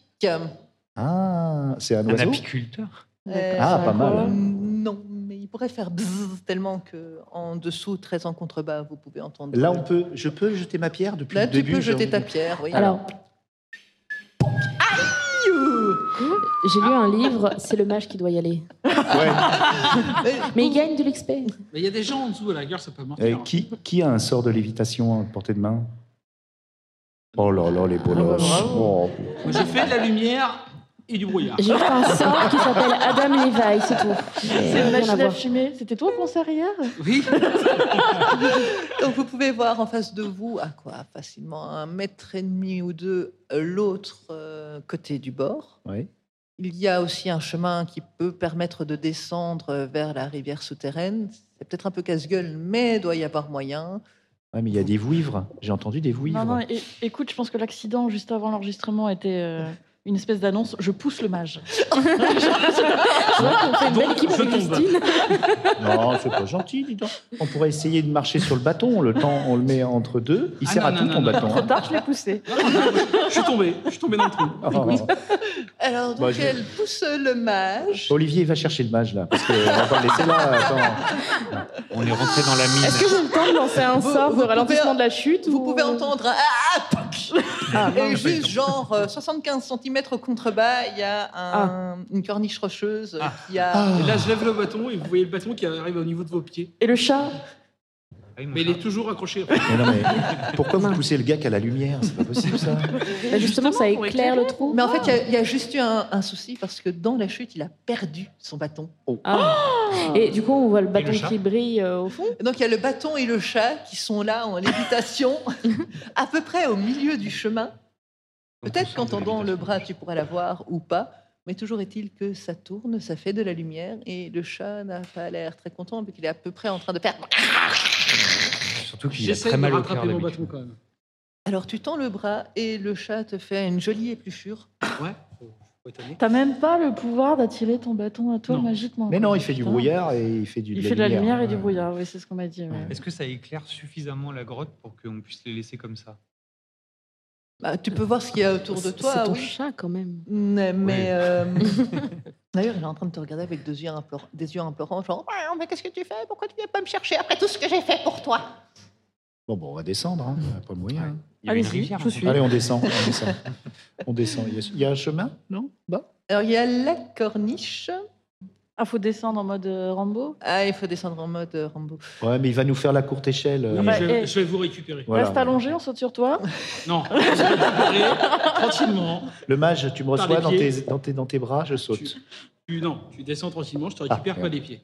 Speaker 5: Ah, c'est un
Speaker 2: Un
Speaker 5: oiseau
Speaker 2: apiculteur
Speaker 1: Euh,
Speaker 5: Ah, pas mal.
Speaker 1: euh, Non, mais il pourrait faire bzzz tellement que en dessous, très en contrebas, vous pouvez entendre.
Speaker 5: Là, on peut, je peux jeter ma pierre depuis
Speaker 1: Là,
Speaker 5: le
Speaker 1: tu
Speaker 5: début.
Speaker 1: peux
Speaker 5: j'ai
Speaker 1: jeter ta
Speaker 5: envie de-
Speaker 1: pierre, oui.
Speaker 4: Alors. J'ai lu un livre, c'est le mage qui doit y aller.
Speaker 5: Ouais.
Speaker 4: Mais il gagne de l'XP.
Speaker 3: Mais il y a des gens en dessous à la gueule, ça peut
Speaker 5: Euh,
Speaker 3: mortir.
Speaker 5: qui, qui a un sort de lévitation à portée de main Oh là là, les bolosses.
Speaker 8: Ah bah
Speaker 5: Oh.
Speaker 3: hein. Moi, je fais de la lumière et du brouillard.
Speaker 4: J'ai fait un sort qui s'appelle Adam Levi, c'est tout.
Speaker 8: C'est
Speaker 4: Rien
Speaker 8: une
Speaker 4: à
Speaker 8: machine à
Speaker 4: voir.
Speaker 8: fumer. C'était toi qu'on concert hier
Speaker 3: Oui.
Speaker 1: Donc vous pouvez voir en face de vous, à quoi Facilement un mètre et demi ou deux, euh, l'autre euh, côté du bord.
Speaker 5: Ouais.
Speaker 1: Il y a aussi un chemin qui peut permettre de descendre vers la rivière souterraine. C'est peut-être un peu casse-gueule, mais doit y avoir moyen.
Speaker 5: Ouais, mais il y a des vouivres. J'ai entendu des vouivres.
Speaker 8: Non, non, é- écoute, je pense que l'accident juste avant l'enregistrement était euh, une espèce d'annonce je pousse le mage.
Speaker 6: Je vois qu'on fait une
Speaker 3: Donc,
Speaker 6: belle équipe
Speaker 3: je
Speaker 6: avec
Speaker 3: tombe.
Speaker 6: Christine.
Speaker 5: Non, c'est pas gentil, dis donc. On pourrait essayer de marcher sur le bâton. Le temps, on le met entre deux. Il
Speaker 3: Ah
Speaker 5: sert
Speaker 3: non,
Speaker 5: à
Speaker 3: non,
Speaker 5: tout
Speaker 3: non,
Speaker 5: ton
Speaker 3: non.
Speaker 5: bâton.
Speaker 8: Trop
Speaker 5: hein.
Speaker 8: tard, je l'ai poussé.
Speaker 3: Non, non, non, je suis tombé, je suis tombé dans le trou.
Speaker 5: Oh,
Speaker 1: Alors, donc,
Speaker 5: Bah, je-
Speaker 1: elle pousse le mage.
Speaker 5: Olivier va chercher le mage là, parce qu'on va pas le laisser là. attends.
Speaker 2: On est rentré dans la mine.
Speaker 6: Est-ce que j'ai le temps de lancer un
Speaker 1: Vous-
Speaker 6: sort
Speaker 1: vous
Speaker 6: de
Speaker 1: pouvez-
Speaker 6: ralentissement de la chute
Speaker 1: Vous
Speaker 6: ou-
Speaker 1: pouvez entendre un Ah, ah, pouc Et
Speaker 2: pas eu le
Speaker 1: juste,
Speaker 2: temps.
Speaker 1: genre, euh, 75 cm au contrebas, il y a un- une corniche rocheuse
Speaker 3: Ah.
Speaker 1: qui a.
Speaker 3: Et là, je lève le bâton et vous voyez le bâton qui arrive au niveau de vos pieds.
Speaker 8: Et le chat
Speaker 2: Ah, il me
Speaker 3: Mais il
Speaker 2: fait-
Speaker 3: est toujours accroché.
Speaker 5: Mais non, mais pourquoi vous poussez le gars qu'à la lumière C'est pas possible ça.
Speaker 6: Bah, justement, ça
Speaker 8: pour
Speaker 6: éclaire le trou.
Speaker 1: Mais en fait, il y a- il y, a juste eu un, un souci parce que dans la chute, il a perdu son bâton.
Speaker 6: Ah. Et du coup, on voit le bâton
Speaker 2: chat
Speaker 6: qui brille euh, au fond.
Speaker 1: Et donc, il y a le bâton et le chat qui sont là en lévitation, à peu près au milieu du chemin. Peut-être qu'en tendant le bras, tu pourras la voir ou pas. Mais toujours est-il que ça tourne, ça fait de la lumière et le chat n'a pas l'air très content vu qu'il est à peu près en train de faire.
Speaker 2: Surtout qu'il a
Speaker 3: J'essaie
Speaker 2: très
Speaker 3: de
Speaker 2: mal au cœur
Speaker 3: rattraper mon bâton
Speaker 2: d'habitude.
Speaker 3: quand même.
Speaker 1: Alors tu tends le bras et le chat te fait une jolie épluchure.
Speaker 3: Ouais, faut- faut étonner.
Speaker 8: T'as même pas le pouvoir d'attirer ton bâton à toi
Speaker 3: Non.
Speaker 8: magiquement.
Speaker 5: Mais
Speaker 8: quoi.
Speaker 5: non, il fait du
Speaker 8: Putain.
Speaker 5: brouillard et il fait du.
Speaker 8: Il fait de la lumière et du
Speaker 5: Ouais.
Speaker 8: brouillard, oui, c'est ce qu'on m'a dit. ouais.
Speaker 5: Ouais.
Speaker 2: Est-ce que ça éclaire suffisamment la grotte pour qu'on puisse les laisser comme ça
Speaker 1: Bah, tu peux voir ce qu'il y a autour de
Speaker 6: C'est
Speaker 1: toi,
Speaker 6: ton
Speaker 1: oui.
Speaker 6: chat quand même.
Speaker 1: Mais,
Speaker 2: Oui.
Speaker 1: euh, d'ailleurs, il est en train de te regarder avec des yeux, implor- des yeux implorants, genre Ouais, mais qu'est-ce que tu fais Pourquoi tu viens pas me chercher après tout ce que j'ai fait pour toi
Speaker 5: Bon, bon, on va descendre. Hein. on a Pas le moyen. hein.
Speaker 2: Il y avait une
Speaker 8: Allez-y,
Speaker 2: rivière,
Speaker 8: je
Speaker 2: en
Speaker 8: suis.
Speaker 2: fait.
Speaker 5: Allez, on descend. On descend. On descend. Il y a, il y a un chemin Non Bah.
Speaker 1: Alors il y a la corniche.
Speaker 8: Ah, faut descendre en mode euh, Rambo
Speaker 1: Ah, il faut descendre en mode euh, Rambo.
Speaker 5: Ouais, mais il va nous faire la courte échelle. euh,
Speaker 3: Oui,
Speaker 8: bah,
Speaker 3: je, vais-
Speaker 8: eh.
Speaker 3: je vais vous récupérer.
Speaker 5: voilà.
Speaker 8: Reste allongé, on saute sur toi.
Speaker 3: Non, je vais vous récupérer tranquillement.
Speaker 5: Le mage, tu me reçois
Speaker 3: Par les
Speaker 5: dans
Speaker 3: pieds.
Speaker 5: tes, dans, tes, dans tes bras, je saute.
Speaker 3: Tu, tu- non, tu descends tranquillement, je te récupère
Speaker 5: Ah,
Speaker 3: pas
Speaker 5: merde.
Speaker 3: les pieds.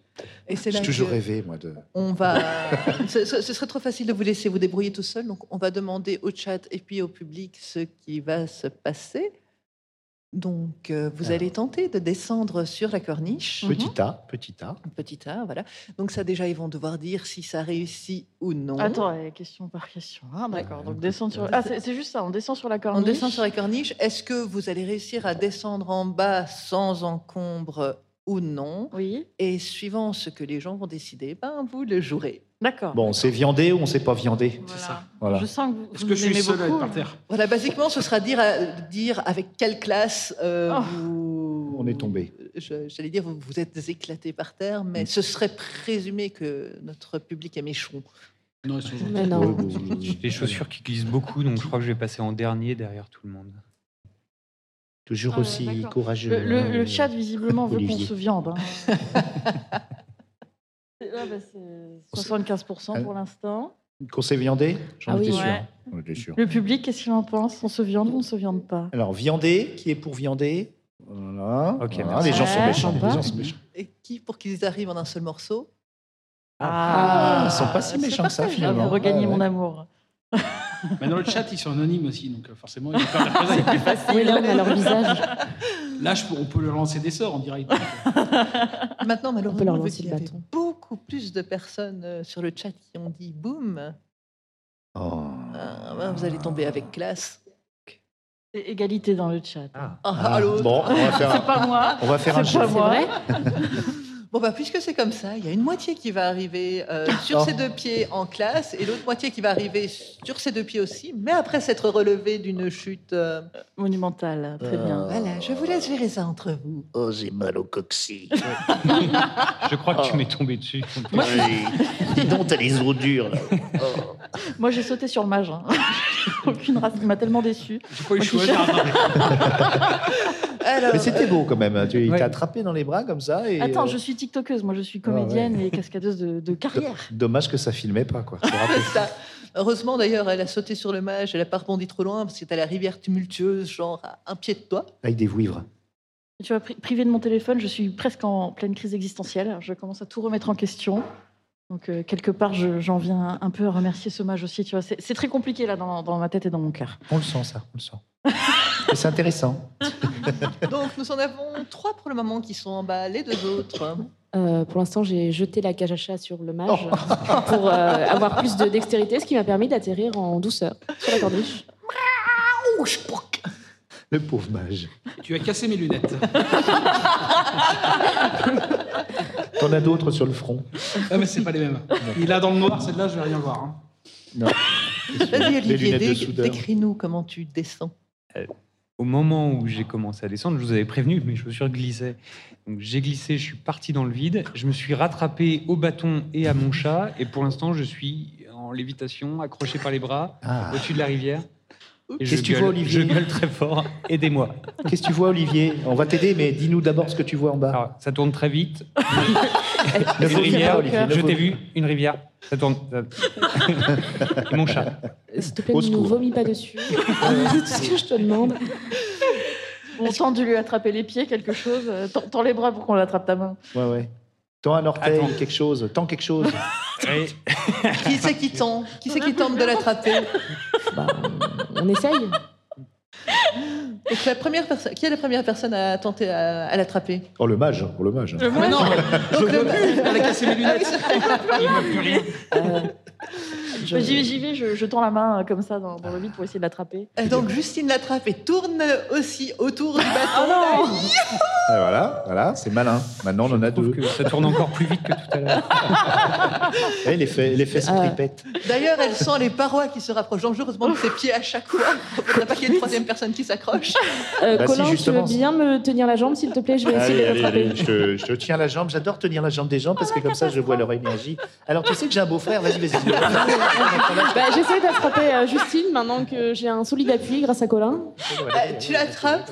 Speaker 1: Et c'est là
Speaker 5: J'ai toujours
Speaker 1: que
Speaker 5: rêvé, moi, de.
Speaker 1: on va. ce, ce- ce serait trop facile de vous laisser vous débrouiller tout seul, donc on va demander au chat et puis au public ce qui va se passer. Donc euh, vous
Speaker 5: Ah.
Speaker 1: allez tenter de descendre sur la corniche.
Speaker 8: Mhm.
Speaker 5: Petit A, petit A.
Speaker 1: Petit A, voilà. Donc ça déjà, ils vont devoir dire si ça réussit ou non.
Speaker 8: Attends, eh, question par question. Ah, d'accord. Donc descendre sur. Ah, c'est c'est juste ça, on descend sur la
Speaker 1: On
Speaker 8: corniche.
Speaker 1: descend sur la corniche. Est-ce que vous allez réussir à descendre en bas sans encombre ou non
Speaker 8: Oui,
Speaker 1: Et suivant ce que les gens vont décider, ben, vous le jouerez.
Speaker 8: d'accord.
Speaker 5: Bon, on s'est viandé ou on s'est pas viandé
Speaker 8: Voilà.
Speaker 3: c'est ça.
Speaker 5: Voilà.
Speaker 8: Je sens que vous.
Speaker 3: Est-ce
Speaker 8: vous
Speaker 3: que je suis
Speaker 8: m'aimez
Speaker 3: seul à être
Speaker 8: beaucoup. hein.
Speaker 3: par terre
Speaker 1: Voilà, basiquement, ce sera dire, à- dire avec quelle classe euh,
Speaker 8: Oh.
Speaker 1: vous... euh,
Speaker 5: On est tombé.
Speaker 1: Je- J'allais dire, vous vous êtes éclaté par terre, mais
Speaker 5: Mm.
Speaker 1: ce serait présumé que notre public est méchant.
Speaker 3: Non, ils sont gentils.
Speaker 6: Mais non.
Speaker 5: Ouais, bon,
Speaker 2: J'ai des chaussures qui glissent beaucoup, donc je crois que je vais passer en dernier derrière tout le monde.
Speaker 5: Toujours
Speaker 8: Ah ouais,
Speaker 5: aussi
Speaker 8: d'accord.
Speaker 5: courageux.
Speaker 8: Le, le- le
Speaker 5: Ouais.
Speaker 8: chat, visiblement, veut qu'on
Speaker 5: Euh, Olivier.
Speaker 8: se viande. hein. C'est- ouais, bah, c'est 75% pour l'instant.
Speaker 5: Qu'on s'est viandé J'en
Speaker 6: Ah oui,
Speaker 5: étais sûr.
Speaker 8: ouais.
Speaker 5: J'en étais sûr.
Speaker 8: Le public, qu'est-ce qu'il en pense On se viande ou on se viande pas
Speaker 5: Alors, viandé, qui est pour viandé Voilà.
Speaker 2: Ok,
Speaker 5: Voilà,
Speaker 2: merci.
Speaker 5: Les gens sont
Speaker 8: Ouais,
Speaker 5: méchants. Les
Speaker 6: sympa.
Speaker 5: gens sont méchants.
Speaker 1: Et qui, pour qu'ils arrivent en un seul morceau
Speaker 5: Ah, hein, ils sont pas si
Speaker 1: c'est
Speaker 5: méchants que ça,
Speaker 1: partagé.
Speaker 8: Vous
Speaker 5: finalement. Ouais,
Speaker 8: regagnez mon
Speaker 5: Ah, ouais.
Speaker 8: amour.
Speaker 3: Maintenant, le chat, ils sont anonymes aussi, donc euh, forcément, ils ont peur de la représailles.
Speaker 6: Oui, là, on a leur visage.
Speaker 3: Là, je peux- on peut leur lancer des sorts en direct.
Speaker 1: Maintenant,
Speaker 6: On peut leur
Speaker 1: malheureusement, vu
Speaker 6: lancer
Speaker 1: qu'il
Speaker 6: le
Speaker 1: y avait
Speaker 6: bâton.
Speaker 1: beaucoup plus de personnes euh, sur le chat qui ont dit boum,
Speaker 5: Oh.
Speaker 1: euh, ben, vous allez tomber avec classe.
Speaker 8: C'est égalité dans le chat.
Speaker 2: Ah,
Speaker 1: Ah,
Speaker 5: Ah,
Speaker 1: allô
Speaker 5: bon, on va faire
Speaker 8: C'est
Speaker 5: un,
Speaker 8: pas moi.
Speaker 5: on va faire un
Speaker 8: C'est pas
Speaker 5: jeu.
Speaker 8: moi.
Speaker 1: Bon, bah, puisque c'est comme ça, il y a une moitié qui va arriver euh, sur
Speaker 5: Oh.
Speaker 1: ses deux pieds en classe et l'autre moitié qui va arriver sur ses deux pieds aussi, mais après s'être relevé d'une chute. euh,
Speaker 8: Monumentale, très bien.
Speaker 5: Euh.
Speaker 1: Voilà, je vous laisse gérer ça entre vous.
Speaker 5: Oh, j'ai mal au coccyx.
Speaker 2: je crois que tu
Speaker 5: Ah.
Speaker 2: m'es tombé dessus.
Speaker 5: Dis donc, t'as les os durs. Là.
Speaker 8: Moi, j'ai sauté sur le mage. hein. Aucune race. Il m'a tellement déçu.
Speaker 3: J'ai pas eu le
Speaker 8: Ok.
Speaker 3: choix. j'ai rattrapé.
Speaker 1: Alors,
Speaker 5: Mais c'était beau quand même. Tu il
Speaker 2: Ouais.
Speaker 5: t'a attrapé dans les bras comme ça. Et, euh,
Speaker 8: Attends,
Speaker 5: ah
Speaker 8: je suis TikTokeuse. Moi, je suis
Speaker 5: ouais.
Speaker 8: comédienne et cascadeuse de, de carrière.
Speaker 5: Dommage que ça filmait pas. quoi. C'est
Speaker 1: euh,
Speaker 5: raté.
Speaker 1: ça. Heureusement d'ailleurs, elle a sauté sur le mage, elle a pas rebondi trop loin parce que t'as la rivière tumultueuse, genre à un pied de toi.
Speaker 5: Avec des vouivres.
Speaker 8: Tu vois, pri- privée de mon téléphone, je suis presque en pleine crise existentielle. Je commence à tout remettre en question. Donc, euh, quelque part, je- j'en viens un peu à remercier ce mage aussi. Tu vois, c'est c'est très compliqué là dans, dans ma tête et dans mon cœur.
Speaker 5: On le sent, ça. On le sent. Mais c'est intéressant.
Speaker 1: Donc nous en avons trois pour le moment qui sont en bas, les deux autres.
Speaker 6: Euh, pour l'instant, j'ai jeté la cage à chat sur le mage pour euh, avoir plus de dextérité, ce qui m'a permis d'atterrir en douceur sur la corniche.
Speaker 1: Ouh, je crois que-
Speaker 5: Le pauvre mage.
Speaker 3: Tu as cassé mes lunettes.
Speaker 5: T'en as d'autres sur le front.
Speaker 3: Ah, mais c'est pas les mêmes. Il a dans le noir, celle-là, je vais rien voir. hein.
Speaker 1: Vas-y,
Speaker 5: Les
Speaker 1: Olivier,
Speaker 5: lunettes de
Speaker 1: dé-
Speaker 5: soudeur.
Speaker 1: décris-nous comment tu descends.
Speaker 2: Au moment où j'ai commencé à descendre, je vous avais prévenu, mes chaussures glissaient. Donc j'ai glissé, je suis parti dans le vide. Je me suis rattrapé au bâton et à mon chat. Et pour l'instant, je suis en lévitation, accroché par les bras,
Speaker 5: Ah.
Speaker 2: au-dessus de la rivière. Et je
Speaker 5: Qu'est-ce que tu
Speaker 2: gueule-
Speaker 5: vois, Olivier
Speaker 2: Je gueule très fort. Aidez-moi.
Speaker 5: Qu'est-ce que tu vois, Olivier On va t'aider, mais dis-nous d'abord ce que tu vois en bas.
Speaker 2: Alors, ça tourne très vite.
Speaker 5: Ne
Speaker 2: Une
Speaker 5: vomis pas,
Speaker 2: rivière,
Speaker 5: Olivier, ne
Speaker 2: je
Speaker 5: vomis
Speaker 2: t'ai vu, une rivière. Ça tourne. ça- et mon chat.
Speaker 4: Euh, S'il te plaît,
Speaker 5: Au
Speaker 4: ne nous
Speaker 5: secours.
Speaker 4: vomis pas dessus. C'est tout ce que je te demande.
Speaker 8: On tente de lui attraper les pieds, quelque chose. Euh, tends- Tends les bras pour qu'on l'attrape ta main.
Speaker 5: Ouais, ouais. Tends un orteil,
Speaker 2: Attends.
Speaker 5: quelque chose. Tends quelque chose.
Speaker 2: Et
Speaker 1: Qui c'est qui tente Qui c'est qui tente de l'attraper
Speaker 4: Bah, on essaye.
Speaker 1: Donc, la première personne- Qui est la première personne à tenter à, à l'attraper
Speaker 5: Oh, le mage. Oh, le mage.
Speaker 3: Ah,
Speaker 1: Mais non,
Speaker 3: Je
Speaker 1: donc,
Speaker 3: veux
Speaker 1: le-
Speaker 3: plus. Elle a cassé mes
Speaker 1: Ah oui,
Speaker 3: lunettes.
Speaker 1: c'est-
Speaker 2: il veut plus rien.
Speaker 8: J'y vais, j'y vais, je, je tends la main euh, comme ça dans, dans le vide pour essayer de l'attraper.
Speaker 1: Et donc Justine l'attrape et tourne aussi autour du bâton.
Speaker 5: Ah, voilà, voilà, c'est malin. Maintenant, on en a
Speaker 2: Je trouve
Speaker 5: deux.
Speaker 2: que ça tourne encore plus vite que tout à l'heure.
Speaker 5: Eh, les, fesses, les fesses
Speaker 4: Ah.
Speaker 5: tripettent.
Speaker 1: D'ailleurs, elle sent les parois qui se rapprochent dangereusement de ses pieds à chaque fois. Il faudrait pas qu'il y ait une troisième personne qui s'accroche.
Speaker 4: Euh,
Speaker 5: Bah si,
Speaker 4: Colin, tu veux
Speaker 5: justement.
Speaker 4: bien me tenir la jambe, s'il te plaît Je vais essayer
Speaker 5: Allez,
Speaker 4: de
Speaker 5: allez,
Speaker 4: l'attraper.
Speaker 5: allez, je, te- je te tiens la jambe. J'adore tenir la jambe des gens parce que comme ça, je vois leur énergie. Alors, tu sais que j'ai un beau-frère. Vas-y, vas-y.
Speaker 4: Bah, J'essaie d'attraper euh, Justine maintenant que j'ai un solide appui grâce à Colin.
Speaker 1: Ah, tu l'attrapes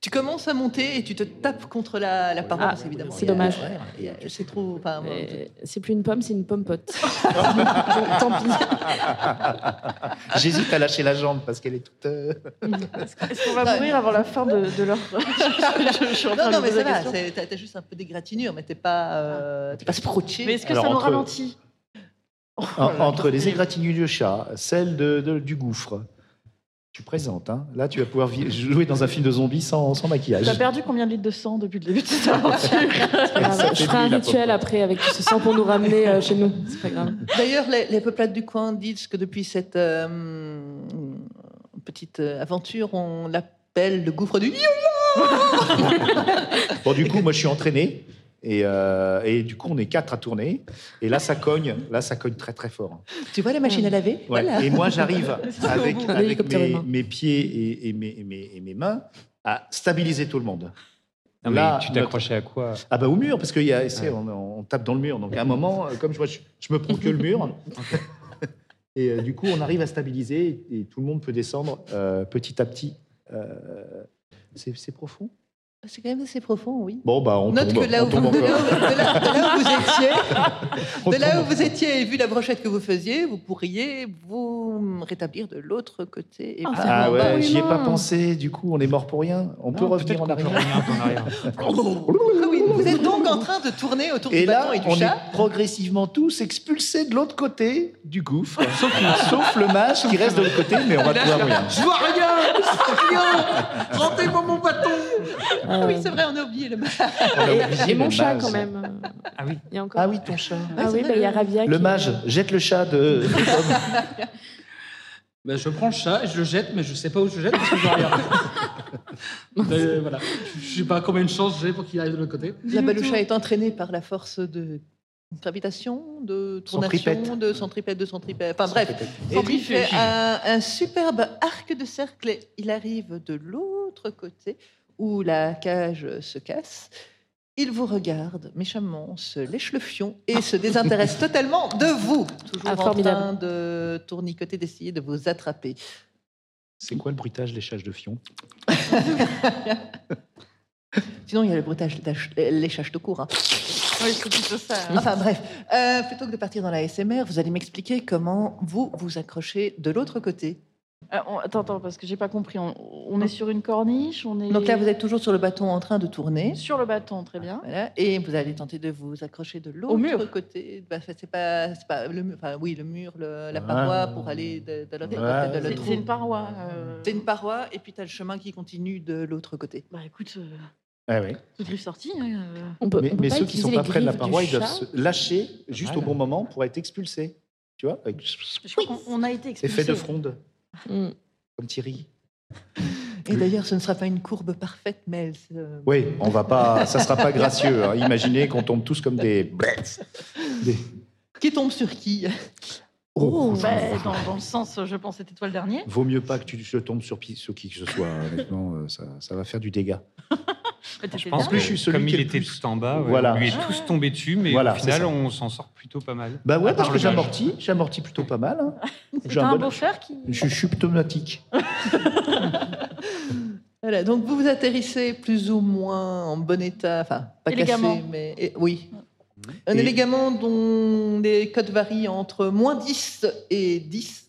Speaker 1: Tu commences à monter et tu te tapes contre la, la paroi,
Speaker 4: Ah,
Speaker 1: parce évidemment.
Speaker 4: c'est dommage.
Speaker 1: il y a- C'est trop. enfin,
Speaker 4: Euh, C'est plus une pomme, c'est une pomme pote. Tant pis.
Speaker 5: J'hésite à lâcher la jambe parce qu'elle est toute. euh,
Speaker 8: Est-ce qu'on va mourir avant la fin de, de leur. Ah. je, je suis en
Speaker 1: Non,
Speaker 8: train de
Speaker 1: non,
Speaker 8: me
Speaker 1: mais
Speaker 8: poser
Speaker 1: ça
Speaker 8: la
Speaker 1: va.
Speaker 8: question.
Speaker 1: c'est- T'as t'as juste un peu des gratinures, mais t'es pas, euh, t'es pas sproché.
Speaker 8: Mais est-ce que
Speaker 5: Alors,
Speaker 8: ça nous
Speaker 5: entre-
Speaker 8: ralentit
Speaker 5: En- Ah, entre les égratignures de chat, celle de, de- du gouffre. Tu présentes, hein. Là, tu vas pouvoir vi- jouer dans un film de zombies sans, sans maquillage.
Speaker 8: T'as perdu combien de litres de sang depuis le début de cette aventure
Speaker 4: Ah,
Speaker 5: Ça
Speaker 4: je
Speaker 5: fait
Speaker 4: ferai un
Speaker 5: briller la
Speaker 4: rituel
Speaker 5: pomme.
Speaker 4: après avec tout ce sang pour nous ramener euh, chez nous. C'est pas grave.
Speaker 1: D'ailleurs, les, les peuplades du coin disent que depuis cette euh, petite euh, aventure, on l'appelle le gouffre du.
Speaker 5: Bon, du coup, moi, je suis entraîné. Et, euh, et du coup, on est quatre à tourner. Et là, ça cogne. Là, ça cogne très, très fort.
Speaker 1: Tu vois la machine à laver
Speaker 5: Ouais.
Speaker 1: Voilà.
Speaker 5: Et moi, j'arrive avec,
Speaker 4: bout.
Speaker 5: avec
Speaker 4: L'hélicoptère
Speaker 5: mes,
Speaker 4: des mains.
Speaker 5: mes pieds et, et mes, et mes- et mes mains à stabiliser tout le monde.
Speaker 2: Non, mais
Speaker 5: Là,
Speaker 2: tu t'accrochais à quoi
Speaker 5: Ah bah au mur, parce qu'il y a, c'est- on, on tape dans le mur. Donc à un moment, euh, comme je, vois, je, je me prends que le mur. Et euh, du coup, on arrive à stabiliser et, et tout le monde peut descendre euh, petit à petit. Euh, c'est c'est profond.
Speaker 1: C'est quand même assez profond, oui.
Speaker 5: Bon bah on
Speaker 1: Note
Speaker 5: tombe.
Speaker 1: que là
Speaker 5: on
Speaker 1: où,
Speaker 5: tombe
Speaker 1: de,
Speaker 5: encore.
Speaker 1: là où- de là- de là où vous étiez,
Speaker 5: On
Speaker 1: de là où
Speaker 5: tombe.
Speaker 1: vous étiez et vu la brochette que vous faisiez, vous pourriez vous rétablir de l'autre côté. Et
Speaker 4: Ah,
Speaker 1: pas
Speaker 4: ça
Speaker 5: Ah
Speaker 1: en bas.
Speaker 5: ouais,
Speaker 4: humain.
Speaker 5: j'y ai pas pensé. Du coup, on est mort pour rien. On peut
Speaker 2: Non,
Speaker 5: revenir
Speaker 2: peut-être
Speaker 5: en
Speaker 2: qu'on peut
Speaker 5: arrière.
Speaker 2: revenir en arrière.
Speaker 1: Ah oui, vous êtes donc en train de tourner autour
Speaker 5: Et
Speaker 1: du
Speaker 5: là,
Speaker 1: bâton et du
Speaker 5: on
Speaker 1: chat.
Speaker 5: est progressivement tous expulsés de l'autre côté du gouffre, sauf, le mage qui reste de l'autre côté, mais on va
Speaker 3: Et là,
Speaker 5: pouvoir
Speaker 3: je-
Speaker 5: rien.
Speaker 3: Je vois rien. Je vois rien. Rentrez-moi mon bâton.
Speaker 1: Ah oui, c'est vrai, on a oublié le mage.
Speaker 5: On a
Speaker 4: Euh, Et,
Speaker 5: oublié
Speaker 4: et mon
Speaker 5: le
Speaker 4: chat
Speaker 5: mage.
Speaker 4: quand même.
Speaker 2: Ah oui.
Speaker 4: Il y a encore.
Speaker 5: Ah oui, ton chat.
Speaker 4: Ah oui, bah, il y a Ravia.
Speaker 5: Le
Speaker 4: qui- euh,
Speaker 5: mage, jette le chat de.
Speaker 3: Ben, je prends le chat et je le jette, mais je sais pas où je le jette parce que je vois rien. Ben, voilà. Je je sais pas combien de chances j'ai pour qu'il arrive de l'autre côté.
Speaker 1: La baloucha est entraînée par la force de gravitation, de tournation,
Speaker 5: Centripète.
Speaker 1: de centripète, de centripète. Enfin bref, et lui fait
Speaker 8: Centrifuge.
Speaker 1: un, un superbe arc de cercle. et Il arrive de l'autre côté où la cage se casse. Il vous regarde méchamment, se lèche le fion et se désintéresse totalement de vous. Toujours
Speaker 4: Ah,
Speaker 1: en
Speaker 4: formidable.
Speaker 1: train de tournicoter, d'essayer de vous attraper.
Speaker 5: C'est quoi le bruitage des chaches de fion
Speaker 1: Sinon, il y a le bruitage, d'ach- l'échage de cours. hein.
Speaker 8: Oui, c'est plutôt ça. hein.
Speaker 1: Enfin bref, Euh, plutôt que de partir dans la SMR, vous allez m'expliquer comment vous vous accrochez de l'autre côté.
Speaker 8: Euh, on- Attends, attends, parce que j'ai pas compris. On, on est sur une corniche, on est.
Speaker 1: Donc là, vous êtes toujours sur le bâton en train de tourner.
Speaker 8: sur le bâton, très bien.
Speaker 1: Voilà, et vous allez tenter de vous accrocher de l'autre
Speaker 8: mur.
Speaker 1: côté. Bah, ça, c'est pas, c'est pas le mur, enfin, oui, le mur, le- la
Speaker 5: Ouais.
Speaker 1: paroi pour aller de, de l'autre côté
Speaker 5: Ouais.
Speaker 1: de
Speaker 8: C'est
Speaker 1: l'autre
Speaker 8: c'est
Speaker 1: roue.
Speaker 8: une paroi. euh.
Speaker 1: Ah, C'est une paroi, et puis tu as le chemin qui continue de l'autre côté.
Speaker 8: Bah écoute, euh,
Speaker 5: ah ouais.
Speaker 8: toute griffe sortie. hein, euh.
Speaker 4: On peut,
Speaker 5: Mais,
Speaker 4: on peut
Speaker 5: mais
Speaker 4: pas
Speaker 5: ceux qui
Speaker 4: utiliser
Speaker 5: sont
Speaker 4: les
Speaker 5: pas près de la
Speaker 4: griffes du
Speaker 5: paroi, ils doivent
Speaker 4: chat
Speaker 5: se lâcher juste au
Speaker 2: Voilà.
Speaker 5: bon moment pour être expulsés. Tu vois avec
Speaker 8: Je crois qu'on on a été expulsés.
Speaker 5: Effet de fronde,
Speaker 4: Mm.
Speaker 5: comme Thierry.
Speaker 1: Et d'ailleurs, ce ne sera pas une courbe parfaite, mais elle se-
Speaker 5: Oui, on va pas, ça sera pas gracieux. hein. Imaginez qu'on tombe tous comme des. blitz. Des-
Speaker 1: qui tombe sur qui
Speaker 5: Oh,
Speaker 8: Bah, dans, dans le sens, je pense, c'était toi le dernier.
Speaker 5: Vaut mieux pas que tu te tombes sur, pi- sur qui que ce soit. Honnêtement, euh, ça, ça va faire du dégât.
Speaker 8: Bah, t'étais
Speaker 2: Je pense
Speaker 8: le
Speaker 2: que
Speaker 5: je suis celui
Speaker 2: comme
Speaker 5: qui est
Speaker 2: il
Speaker 5: le
Speaker 2: était
Speaker 5: plus-
Speaker 2: tout en bas, ouais,
Speaker 5: Voilà.
Speaker 2: on lui est tous tombé dessus, mais
Speaker 5: Voilà,
Speaker 2: au
Speaker 5: c'est
Speaker 2: final,
Speaker 5: ça.
Speaker 2: on s'en sort plutôt pas mal.
Speaker 5: Bah ouais,
Speaker 2: À
Speaker 5: parce
Speaker 2: part
Speaker 5: que
Speaker 2: le mage.
Speaker 5: j'amortis, j'amortis plutôt pas mal. hein.
Speaker 8: dernier.
Speaker 5: J'ai
Speaker 8: C'était
Speaker 5: un
Speaker 8: un
Speaker 5: bon-
Speaker 8: beau frère qui.
Speaker 5: Je suis pneumatique.
Speaker 1: Voilà, donc vous vous atterrissez plus ou moins en bon état, enfin pas
Speaker 8: Élégamment.
Speaker 1: cassé, mais et- oui. Un
Speaker 5: Et-
Speaker 1: élégamment dont les codes varient entre moins 10 et 10.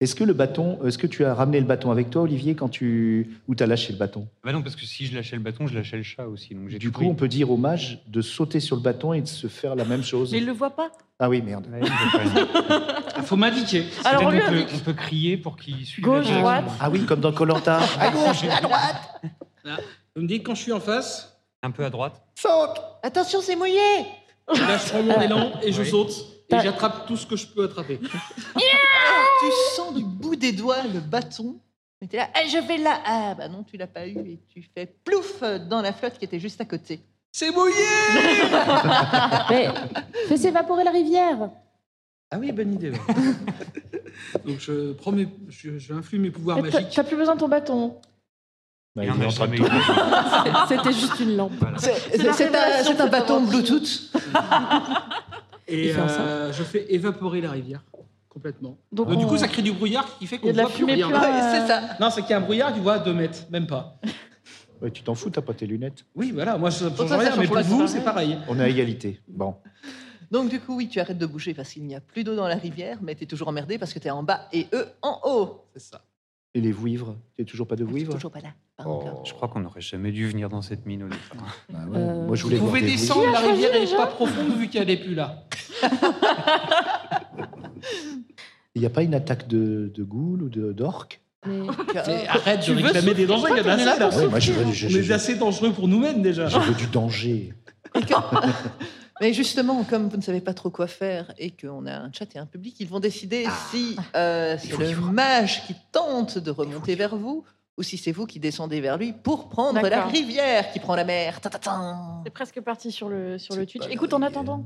Speaker 5: Est-ce que le bâton, est-ce que tu as ramené le bâton avec toi, Olivier, quand tu ou t'as lâché le bâton
Speaker 2: Bah non, parce que si je lâchais le bâton, je lâchais le chat aussi. Donc j'ai
Speaker 5: Du
Speaker 2: tout
Speaker 5: coup, on
Speaker 2: pris.
Speaker 5: peut dire au mage de sauter sur le bâton et de se faire la même chose.
Speaker 8: Mais il le voit pas.
Speaker 5: Ah oui, merde.
Speaker 2: Ouais, je vais pas-
Speaker 3: Il Ah, faut m'indiquer.
Speaker 8: Alors, on
Speaker 2: Peut-être
Speaker 8: lui
Speaker 2: on, peut,
Speaker 8: indique.
Speaker 2: on peut crier pour qu'il suive.
Speaker 8: Gauche,
Speaker 2: la direction.
Speaker 8: droite.
Speaker 5: Ah oui, comme dans Colanta. À gauche, à droite.
Speaker 3: Vous me dites quand je suis en face,
Speaker 2: Un peu à droite.
Speaker 5: Saute.
Speaker 1: Attention, c'est mouillé
Speaker 3: là je prends mon élan et je
Speaker 2: Oui.
Speaker 3: saute et j'attrape tout ce que je peux attraper.
Speaker 1: Ah, Tu sens du bout des doigts le bâton. Mais t'es là, Ah, je vais là. Ah bah non, tu l'as pas eu et tu fais plouf dans la flotte qui était juste à côté.
Speaker 3: C'est mouillé
Speaker 4: Mais fais s'évaporer la rivière.
Speaker 3: Ah oui, bonne idée. ouais. Donc je prends mes, je, je influe mes pouvoirs
Speaker 8: Eh, T'as
Speaker 3: magiques.
Speaker 8: t'as plus besoin de ton bâton.
Speaker 5: Bah,
Speaker 2: Il
Speaker 5: il
Speaker 2: y en
Speaker 5: est
Speaker 2: a
Speaker 5: en train de
Speaker 2: jamais
Speaker 5: te-
Speaker 2: eu.
Speaker 8: Ah.
Speaker 6: C'était juste une lampe.
Speaker 2: Voilà.
Speaker 1: C'est
Speaker 8: la
Speaker 1: c'est un,
Speaker 8: révélation
Speaker 1: c'est un
Speaker 8: de
Speaker 1: bâton
Speaker 8: savoir qui-
Speaker 1: Bluetooth.
Speaker 3: Et
Speaker 6: Il fait un sort.
Speaker 3: euh, je fais évaporer la rivière complètement.
Speaker 8: Donc,
Speaker 3: Donc, euh, Du
Speaker 8: on-
Speaker 3: coup, ça crée du brouillard qui fait
Speaker 8: Oh. Il y
Speaker 3: qu'on
Speaker 8: a de la
Speaker 3: voit plus
Speaker 8: fumée
Speaker 3: rien.
Speaker 8: plein.
Speaker 1: Ouais, c'est ça.
Speaker 3: Non, c'est qu'il y a un brouillard, tu vois, à 2 mètres, même pas.
Speaker 5: Ouais, tu t'en fous, t'as pas tes lunettes.
Speaker 3: Oui, voilà, moi je ne
Speaker 1: Pour
Speaker 3: change
Speaker 1: toi, ça
Speaker 3: rien, mais
Speaker 1: change
Speaker 3: pour
Speaker 1: pas,
Speaker 3: vous,
Speaker 1: c'est
Speaker 3: c'est pareil.
Speaker 5: On est à égalité. Bon.
Speaker 1: Donc du coup, oui, tu arrêtes de bouger parce qu'il n'y a plus d'eau dans la rivière, mais tu es toujours emmerdé parce que tu es en bas et eux en haut.
Speaker 3: C'est ça.
Speaker 5: Et les vouivres T'es toujours pas de
Speaker 1: Ah, t'es
Speaker 5: vouivres
Speaker 1: toujours pas là. Pas
Speaker 5: Oh.
Speaker 1: encore.
Speaker 2: Je crois qu'on n'aurait jamais dû venir dans cette mine au départ.
Speaker 5: Bah ouais,
Speaker 6: Euh,
Speaker 5: Moi, je voulais
Speaker 3: Vous
Speaker 5: voir
Speaker 3: pouvez
Speaker 5: des vouivres.
Speaker 3: descendre, la
Speaker 6: choisi
Speaker 3: rivière n'est
Speaker 6: déjà
Speaker 3: pas profonde vu qu'elle n'est plus là.
Speaker 5: Il n'y a pas une attaque de, de ghoul ou de- d'orque Ah
Speaker 6: Mais-
Speaker 1: Ah.
Speaker 3: Mais
Speaker 1: euh,
Speaker 3: arrête de
Speaker 8: veux
Speaker 3: réclamer des dangers, il y en a assez là.
Speaker 5: Ouais, moi, je veux, je-
Speaker 3: Ah, On
Speaker 5: je-
Speaker 3: est
Speaker 5: je-
Speaker 3: assez dangereux pour nous-mêmes déjà.
Speaker 5: je veux du danger.
Speaker 1: Et que- Mais justement, comme vous ne savez pas trop quoi faire et qu'on a un chat et un public, ils vont décider si euh, c'est
Speaker 5: faut
Speaker 1: le
Speaker 5: vivre.
Speaker 1: mage qui tente de remonter vers vous ou si c'est vous qui descendez vers lui pour prendre la
Speaker 8: D'accord.
Speaker 1: rivière qui prend la mer. Ta, ta, ta.
Speaker 8: C'est presque parti sur le, sur le
Speaker 5: C'est
Speaker 8: Twitch.
Speaker 5: pas
Speaker 8: Écoute,
Speaker 5: la
Speaker 8: en
Speaker 5: rivière.
Speaker 8: attendant,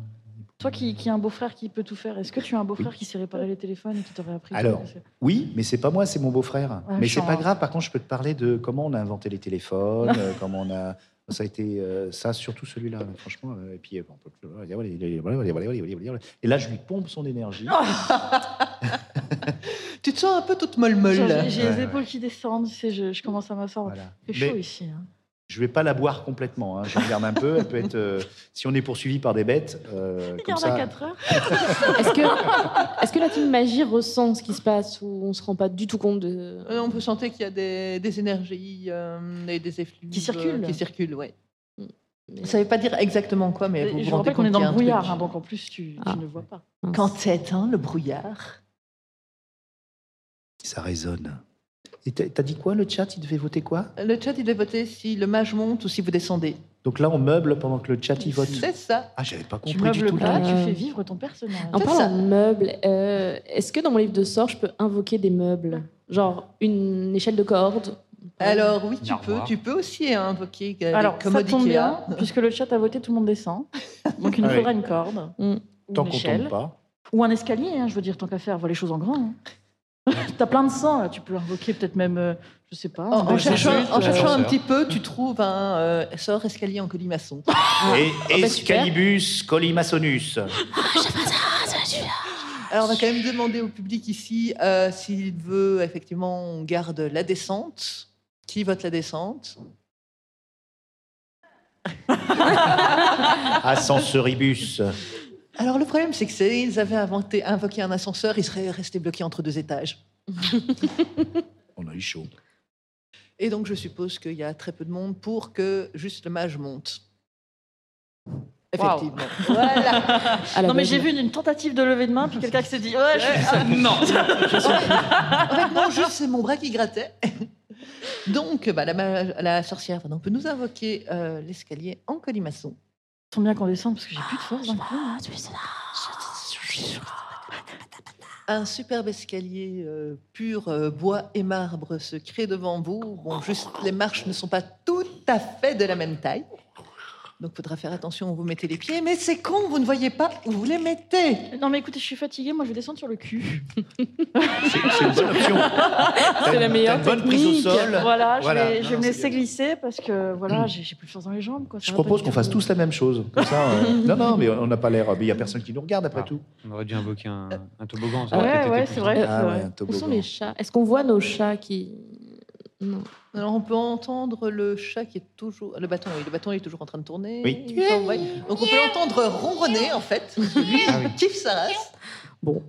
Speaker 8: toi qui, qui as un beau-frère qui peut tout faire, est-ce que tu as un beau-frère qui sait réparer les téléphones et qui t'aurait appris
Speaker 5: Alors, Oui, mais c'est pas moi, c'est mon beau-frère.
Speaker 8: Ouais,
Speaker 5: mais
Speaker 8: je
Speaker 5: c'est
Speaker 8: sens.
Speaker 5: pas grave. Par contre, je peux te parler de comment on a inventé les téléphones, euh, comment on a. Ça a été euh, ça, surtout celui-là, là, franchement. euh, Et puis, euh, bon, voilà, voilà, voilà, voilà, voilà, voilà, voilà. et là, je lui pompe son énergie.
Speaker 8: Oh.
Speaker 1: Tu te sens un peu toute
Speaker 8: Genre,
Speaker 1: molle-molle.
Speaker 8: J'ai j'ai
Speaker 5: Ouais,
Speaker 8: les épaules qui descendent, tu sais, je, je commence à m'asseoir.
Speaker 5: Voilà.
Speaker 8: Il fait
Speaker 5: Mais-
Speaker 8: chaud ici. hein.
Speaker 5: Je vais pas la boire complètement. Hein. Je regarde un peu. Elle peut être, euh, si on est poursuivi par des bêtes, euh, comme
Speaker 8: Regarde à
Speaker 5: ça.
Speaker 8: 4 heures.
Speaker 6: Est-ce que, est que la team magie ressent ce qui se passe ou on se rend pas du tout compte de.
Speaker 1: Euh, On peut sentir qu'il y a des, des énergies euh, et des effluves
Speaker 8: Qui circulent. Mm.
Speaker 1: euh, Qui circulent, ouais.
Speaker 6: Mais-
Speaker 1: Ça ne veut pas dire exactement quoi, mais vous
Speaker 8: Et
Speaker 1: vous
Speaker 8: Je vous
Speaker 1: rendez
Speaker 8: rappelle qu'on
Speaker 1: compte
Speaker 8: est dans
Speaker 1: qu'il y
Speaker 8: le
Speaker 1: a un
Speaker 8: brouillard,
Speaker 1: truc.
Speaker 8: hein, donc en plus, tu, tu
Speaker 6: Ah.
Speaker 8: ne vois pas.
Speaker 1: Quand c'est éteint, le brouillard,
Speaker 5: Ça résonne. Et t'as t'as dit quoi, le chat Il devait voter quoi
Speaker 1: le chat, il doit voter si le mage monte ou si vous descendez.
Speaker 5: Donc là, on meuble pendant que le chat y vote.
Speaker 1: C'est ça.
Speaker 5: Ah, j'avais pas
Speaker 8: Tu
Speaker 5: compris du
Speaker 8: meubles
Speaker 5: tout.
Speaker 8: pas,
Speaker 5: là.
Speaker 8: tu
Speaker 6: Euh,
Speaker 8: fais vivre ton personnage.
Speaker 6: En
Speaker 1: C'est
Speaker 6: parlant
Speaker 1: ça.
Speaker 6: de meubles, euh, est-ce que dans mon livre de sorts, je peux invoquer des meubles Genre une échelle de corde
Speaker 1: Alors oui, tu
Speaker 2: Au
Speaker 1: peux.
Speaker 2: revoir.
Speaker 1: Tu peux aussi invoquer euh,
Speaker 8: Alors,
Speaker 1: des
Speaker 8: ça
Speaker 1: commodes
Speaker 8: tombe
Speaker 1: Ikea.
Speaker 8: bien, puisque le chat a voté, tout le monde descend. Donc, il nous
Speaker 5: Ah oui.
Speaker 8: faudra une corde.
Speaker 6: Mm.
Speaker 8: ou
Speaker 5: Tant
Speaker 8: une
Speaker 5: qu'on
Speaker 8: échelle.
Speaker 5: tombe pas.
Speaker 8: Ou un escalier, hein, je veux dire, tant qu'à faire, voir les choses en grand. hein. T'as plein de sang, là, tu peux invoquer peut-être même, euh, je sais pas.
Speaker 1: En, en
Speaker 8: un
Speaker 1: cherchant,
Speaker 8: insulte,
Speaker 1: en
Speaker 8: euh,
Speaker 1: cherchant un
Speaker 2: Ascenseur.
Speaker 1: petit peu, tu trouves un euh, sort escalier en colimaçon.
Speaker 8: Ah.
Speaker 5: Et
Speaker 6: bah, super.
Speaker 5: Excalibus Colimaçonus.
Speaker 1: Alors on va quand même demander au public ici euh, s'il veut effectivement on garde la descente. Qui vote la descente
Speaker 5: Ah, Ascensoribus.
Speaker 1: Alors le problème c'est que s'ils avaient inventé, invoqué un ascenseur, ils seraient restés bloqués entre deux étages.
Speaker 5: On a eu chaud.
Speaker 1: Et donc je suppose qu'il y a très peu de monde pour que juste le mage monte. Effectivement. Voilà.
Speaker 6: à la
Speaker 8: Non, mais
Speaker 6: meuble
Speaker 8: j'ai vu une, une tentative de levée de main, puis quelqu'un qui s'est dit Ouais, je fais ça.
Speaker 3: Non
Speaker 1: En fait, non, juste c'est mon bras qui grattait. Donc, bah, la, ma- la sorcière pardon, peut nous invoquer euh, l'escalier en colimaçon.
Speaker 8: Ah, Tant bien qu'on descende, parce que j'ai plus de force. d'un coup.
Speaker 1: Un superbe escalier euh, pur euh, bois et marbre se crée devant vous. Bon, juste les marches ne sont pas tout à fait de la même taille. Donc, il faudra faire attention où vous mettez les pieds. Mais c'est con, vous ne voyez pas où vous les mettez.
Speaker 8: Non, mais écoutez, je suis fatiguée, moi je vais descendre sur le cul.
Speaker 5: C'est c'est une bonne option.
Speaker 6: C'est la meilleure
Speaker 5: T'as une bonne prise au
Speaker 6: technique.
Speaker 5: sol.
Speaker 8: Voilà,
Speaker 5: Voilà.
Speaker 8: je vais, je vais
Speaker 5: Non,
Speaker 8: me
Speaker 5: c'est
Speaker 8: laisser
Speaker 5: bien.
Speaker 8: glisser parce que voilà, j'ai j'ai plus de force dans les jambes. Quoi. ça
Speaker 5: Je
Speaker 8: va pas
Speaker 5: propose
Speaker 8: du
Speaker 5: qu'on
Speaker 8: tout.
Speaker 5: fasse tous la même chose. Comme ça, euh, non, non, mais on n'a pas l'air. Mais il n'y a personne qui nous regarde après
Speaker 2: Ah.
Speaker 5: tout.
Speaker 2: On aurait dû invoquer un, un toboggan. ça aurait peut-être
Speaker 8: Ouais,
Speaker 2: été
Speaker 8: ouais,
Speaker 2: plus
Speaker 8: c'est vrai.
Speaker 2: utile.
Speaker 8: c'est
Speaker 5: Ah
Speaker 8: vrai.
Speaker 5: ouais, un
Speaker 6: Où sont
Speaker 5: toboggan.
Speaker 6: les chats Est-ce qu'on voit nos chats qui. Non.
Speaker 1: Alors, on peut entendre le chat qui est toujours. Le bâton, oui, le bâton il est toujours en train de tourner.
Speaker 5: Oui.
Speaker 1: Il s'envoie. Donc, on peut l'entendre ronronner, en fait. parce que Lui,
Speaker 2: Ah oui.
Speaker 1: il kiffe sa race.
Speaker 6: Bon.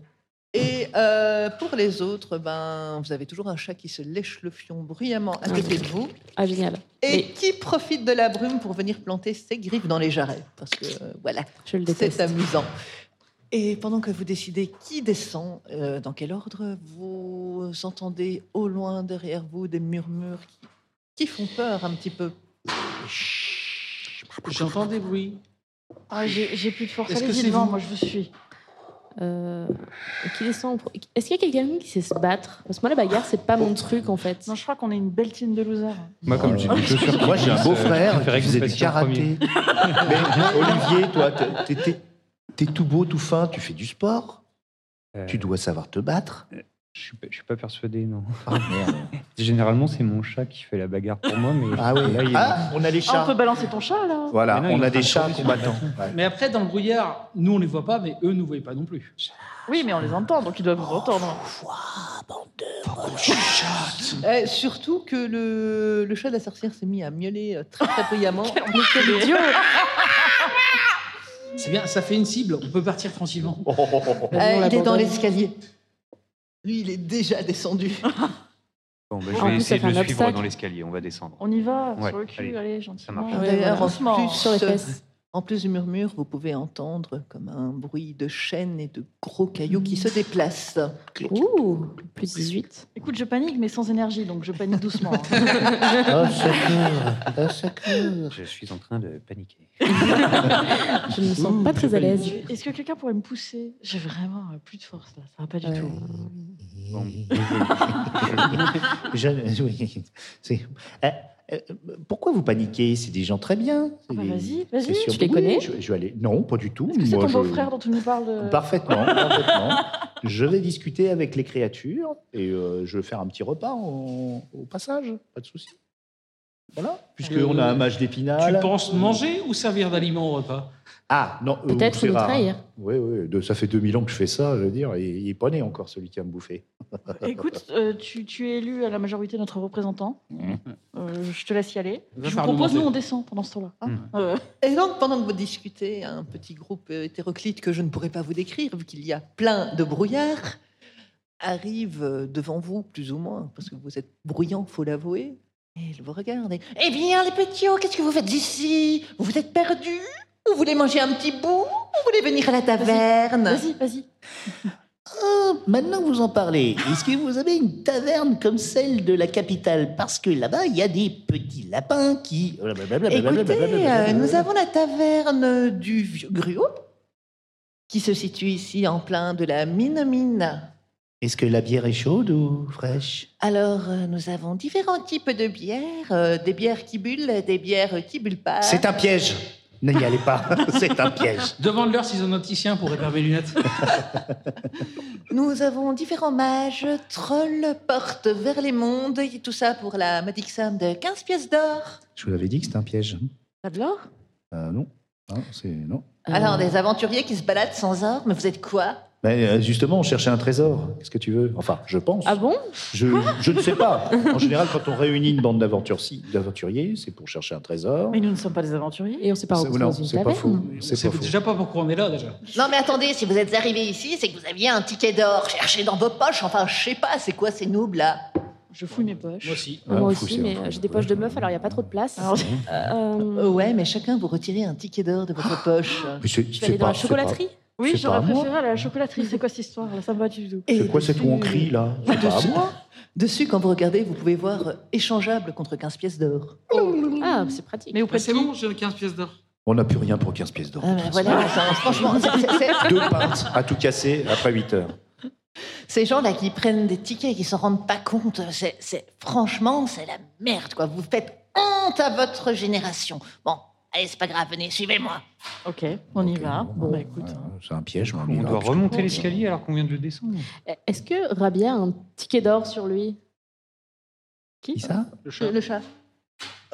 Speaker 1: Et euh, pour les autres, ben, vous avez toujours un chat qui se lèche le fion bruyamment à côté de vous
Speaker 6: Ah, génial.
Speaker 1: et
Speaker 6: Mais-
Speaker 1: qui profite de la brume pour venir planter ses griffes dans les jarrets. Parce que, euh, voilà,
Speaker 6: Je le
Speaker 1: c'est
Speaker 6: déteste.
Speaker 1: amusant. Et pendant que vous décidez qui descend, euh, dans quel ordre, vous entendez au loin derrière vous des murmures qui, qui font peur un petit peu.
Speaker 3: J'entends des bruits.
Speaker 8: Ah, j'ai j'ai plus de force.
Speaker 3: Est-ce que
Speaker 8: Allez-y
Speaker 3: c'est
Speaker 8: devant,
Speaker 3: vous
Speaker 8: moi je vous suis.
Speaker 6: Euh, qui descend en pro- Est-ce qu'il y a quelqu'un qui sait se battre Parce que moi, la bagarre, c'est pas mon truc en fait.
Speaker 8: Non, je crois qu'on est une belle team de losers. Ah,
Speaker 2: Moi, comme j'ai des chaussures qui
Speaker 5: Moi, j'ai un
Speaker 2: glissent, euh, je
Speaker 5: beau-frère
Speaker 2: préférais que
Speaker 5: qui faisait
Speaker 2: vous
Speaker 5: du
Speaker 2: fassiez en premier.
Speaker 5: karaté. Mais Olivier, toi, t'es- t'es- t'es- t'es tout beau, tout fin, tu fais du sport,
Speaker 2: Euh,
Speaker 5: tu dois savoir te battre.
Speaker 2: Je suis pas- je suis pas persuadé, non.
Speaker 5: Ah, merde.
Speaker 2: Généralement, c'est mon chat qui fait la bagarre pour moi, mais
Speaker 5: Ah oui.
Speaker 2: là, il-
Speaker 5: Ah, on a les
Speaker 8: Ah,
Speaker 5: chats.
Speaker 8: on peut balancer ton chat là
Speaker 5: Voilà,
Speaker 2: Mais non,
Speaker 5: on
Speaker 2: il est
Speaker 5: a
Speaker 2: en train
Speaker 5: des
Speaker 2: de
Speaker 5: chats
Speaker 2: tomber sur le
Speaker 5: combattants. Ouais.
Speaker 3: Mais après, dans le brouillard, nous, on les voit pas, mais eux nous voient pas non plus.
Speaker 8: Oui, mais on les entend, donc ils doivent vous entendre.
Speaker 1: Eh, surtout que le, le chat de la sorcière s'est mis à miauler euh, très très bruyamment.
Speaker 8: Quel idiot
Speaker 3: C'est bien, ça fait une cible, on peut partir tranquillement.
Speaker 5: Oh, oh, oh, oh.
Speaker 1: Euh, il est dans l'escalier. Lui, il est déjà descendu.
Speaker 2: Bon, bah, je
Speaker 6: En
Speaker 2: vais
Speaker 6: plus, ça
Speaker 2: essayer de
Speaker 6: fait
Speaker 2: le
Speaker 6: un
Speaker 2: suivre
Speaker 6: obstacle.
Speaker 2: dans l'escalier. On va descendre.
Speaker 8: On y va,
Speaker 2: Ouais,
Speaker 8: sur le cul,
Speaker 2: allez,
Speaker 8: allez, gentiment.
Speaker 2: marche.
Speaker 6: Ouais,
Speaker 1: D'ailleurs,
Speaker 6: voilà.
Speaker 1: en
Speaker 8: Doucement.
Speaker 1: plus,
Speaker 6: Sur les fesses.
Speaker 1: En plus du murmure, vous pouvez entendre comme un bruit de chaînes et de gros cailloux qui se déplacent.
Speaker 6: Ouh, plus 18.
Speaker 8: Écoute, je panique, mais sans énergie, donc je panique doucement. hein.
Speaker 5: Ah, secours, ah, secours.
Speaker 2: Je suis en train de paniquer.
Speaker 6: Je ne me sens pas très à l'aise.
Speaker 8: Est-ce que quelqu'un pourrait me pousser J'ai vraiment euh, plus de force là, ça va pas
Speaker 6: Euh,
Speaker 8: du tout.
Speaker 2: Bon,
Speaker 5: Je- oui, c'est- Euh, euh, pourquoi vous paniquez C'est des gens très bien.
Speaker 8: Ah bah
Speaker 5: C'est-
Speaker 8: vas-y, vas-y.
Speaker 5: c'est sûr
Speaker 6: Tu
Speaker 5: que
Speaker 6: les
Speaker 5: oui,
Speaker 6: connais
Speaker 5: je, je vais aller. Non, pas du tout.
Speaker 8: Est-ce que c'est
Speaker 5: Moi,
Speaker 8: ton
Speaker 5: je- Bah,
Speaker 8: beau-frère dont tu nous parles euh, de-
Speaker 5: Parfaitement, parfaitement. Je vais discuter avec les créatures et euh, je vais faire un petit repas en- au passage, pas de souci. Voilà, puisqu'on
Speaker 3: Euh,
Speaker 5: a un match
Speaker 3: Tu
Speaker 5: d'épinal.
Speaker 3: penses manger ou servir d'aliment au repas
Speaker 5: Ah, non, euh,
Speaker 6: Peut-être
Speaker 5: c'est
Speaker 6: nous
Speaker 5: rare.
Speaker 6: trahir.
Speaker 5: Oui, oui, de- ça fait 2000 ans que je fais ça, je veux dire, et il est pas né encore celui qui a me bouffé.
Speaker 8: Écoute, euh, tu, tu es élu à la majorité notre représentant. Euh, je te laisse y aller.
Speaker 3: Va
Speaker 8: Je vous
Speaker 3: faire
Speaker 8: propose,
Speaker 3: le
Speaker 8: nous
Speaker 3: monter.
Speaker 8: on descend pendant ce temps-là. hein.
Speaker 2: Mm.
Speaker 8: Euh,
Speaker 1: Et donc, pendant que vous discutez, un petit groupe euh, hétéroclite que je ne pourrais pas vous décrire, vu qu'il y a plein de brouillard, arrive euh, devant vous, plus ou moins, parce que vous êtes bruyant, faut l'avouer. Et il vous regarde. et, eh bien, les petits, oh, qu'est-ce que vous faites ici Vous vous êtes perdus Vous voulez manger un petit bout Vous voulez venir à la taverne
Speaker 8: Vas-y, vas-y.
Speaker 5: Ah, maintenant que vous en parlez, est-ce que vous avez une taverne comme celle de la capitale Parce que là-bas, il y a des petits lapins qui...
Speaker 1: Écoutez, euh, nous avons la taverne du Vieux Gruau, qui se situe ici en plein de la Mine-Mine.
Speaker 5: Est-ce que la bière est chaude ou fraîche
Speaker 1: Alors, euh, nous avons différents types de bières, euh, des bières qui bullent, des bières qui bullent
Speaker 6: Euh.
Speaker 1: pas.
Speaker 5: C'est un piège N'y allez pas, c'est un piège.
Speaker 3: Demande-leur s'ils ont un opticien pour réparer mes lunettes.
Speaker 1: Nous avons différents mages, trolls, portes vers les mondes, et tout ça pour la modique somme de 15 pièces d'or.
Speaker 5: Je vous avais dit que c'était un piège.
Speaker 6: Pas de l'or
Speaker 5: Euh, non, non, c'est... Non.
Speaker 1: Alors, des aventuriers qui se baladent sans armes, vous êtes quoi
Speaker 5: Mais, euh, justement, on cherchait un trésor. Qu'est-ce que tu veux Enfin, je pense.
Speaker 6: Ah bon
Speaker 5: je, je ne sais pas. En général, quand on réunit une bande d'aventures- d'aventuriers, c'est pour chercher un trésor.
Speaker 8: Mais nous ne sommes pas des aventuriers.
Speaker 6: Et on s'est pas
Speaker 5: C'est-
Speaker 6: rencontrés
Speaker 5: non,
Speaker 6: dans une
Speaker 5: c'est pas faux.
Speaker 6: taverne
Speaker 5: C'est
Speaker 3: C'est
Speaker 5: pas faux.
Speaker 3: déjà pas pourquoi on est là déjà.
Speaker 1: Non mais attendez, si vous êtes arrivé ici, c'est que vous aviez un ticket d'or. Cherchez dans vos poches, enfin je sais pas, c'est quoi ces noobs là
Speaker 8: Je fouille mes poches. Ah
Speaker 3: Moi aussi.
Speaker 6: Ah,
Speaker 5: Ouais,
Speaker 6: Moi
Speaker 5: faut
Speaker 6: aussi,
Speaker 5: aussi,
Speaker 6: mais
Speaker 5: faut-
Speaker 6: euh, j'ai des poches de meuf, alors il n'y a pas trop de place.
Speaker 8: Alors,
Speaker 6: Euh,
Speaker 1: Ouais, mais chacun vous retirez un ticket d'or de votre poche.
Speaker 5: Mais c'est-
Speaker 6: je
Speaker 5: c'est
Speaker 6: vais aller dans
Speaker 5: pas-
Speaker 6: la
Speaker 5: c'est pas-
Speaker 6: chocolaterie.
Speaker 8: oui,
Speaker 5: c'est
Speaker 8: j'aurais
Speaker 5: pas à moi.
Speaker 8: préféré aller à la chocolaterie. C'est quoi cette histoire là Ça me va du tout.
Speaker 5: C'est quoi ces coups en cri, là C'est pas à
Speaker 1: Dessus,
Speaker 5: moi.
Speaker 1: dessus, quand vous regardez, vous pouvez voir euh, échangeable contre 15 pièces d'or.
Speaker 6: Ah, c'est pratique.
Speaker 8: Mais auprès de
Speaker 3: c'est
Speaker 8: qui
Speaker 3: bon, j'ai 15 pièces d'or.
Speaker 5: On n'a plus rien pour
Speaker 9: Ah ben
Speaker 5: 15 pièces d'or.
Speaker 8: ben
Speaker 1: Ah, mais voilà, ça, franchement, c'est- c'est- c'est-
Speaker 5: Deux pintes à tout casser après 8 heures.
Speaker 9: Ces gens-là qui prennent des tickets et qui s'en rendent pas compte, c'est, c'est- franchement, c'est la merde, quoi. Vous faites honte à votre génération. Bon, allez, c'est pas grave, venez, suivez-moi.
Speaker 8: Ok, on y va. Bon, bah écoute.
Speaker 7: C'est un piège, mais y
Speaker 2: On
Speaker 7: va,
Speaker 2: doit
Speaker 7: putain.
Speaker 2: remonter l'escalier alors qu'on vient de le descendre.
Speaker 6: Euh, Est-ce que Rabia a un ticket d'or sur lui
Speaker 7: Qui ça
Speaker 3: Le chat.
Speaker 1: Le, le chat.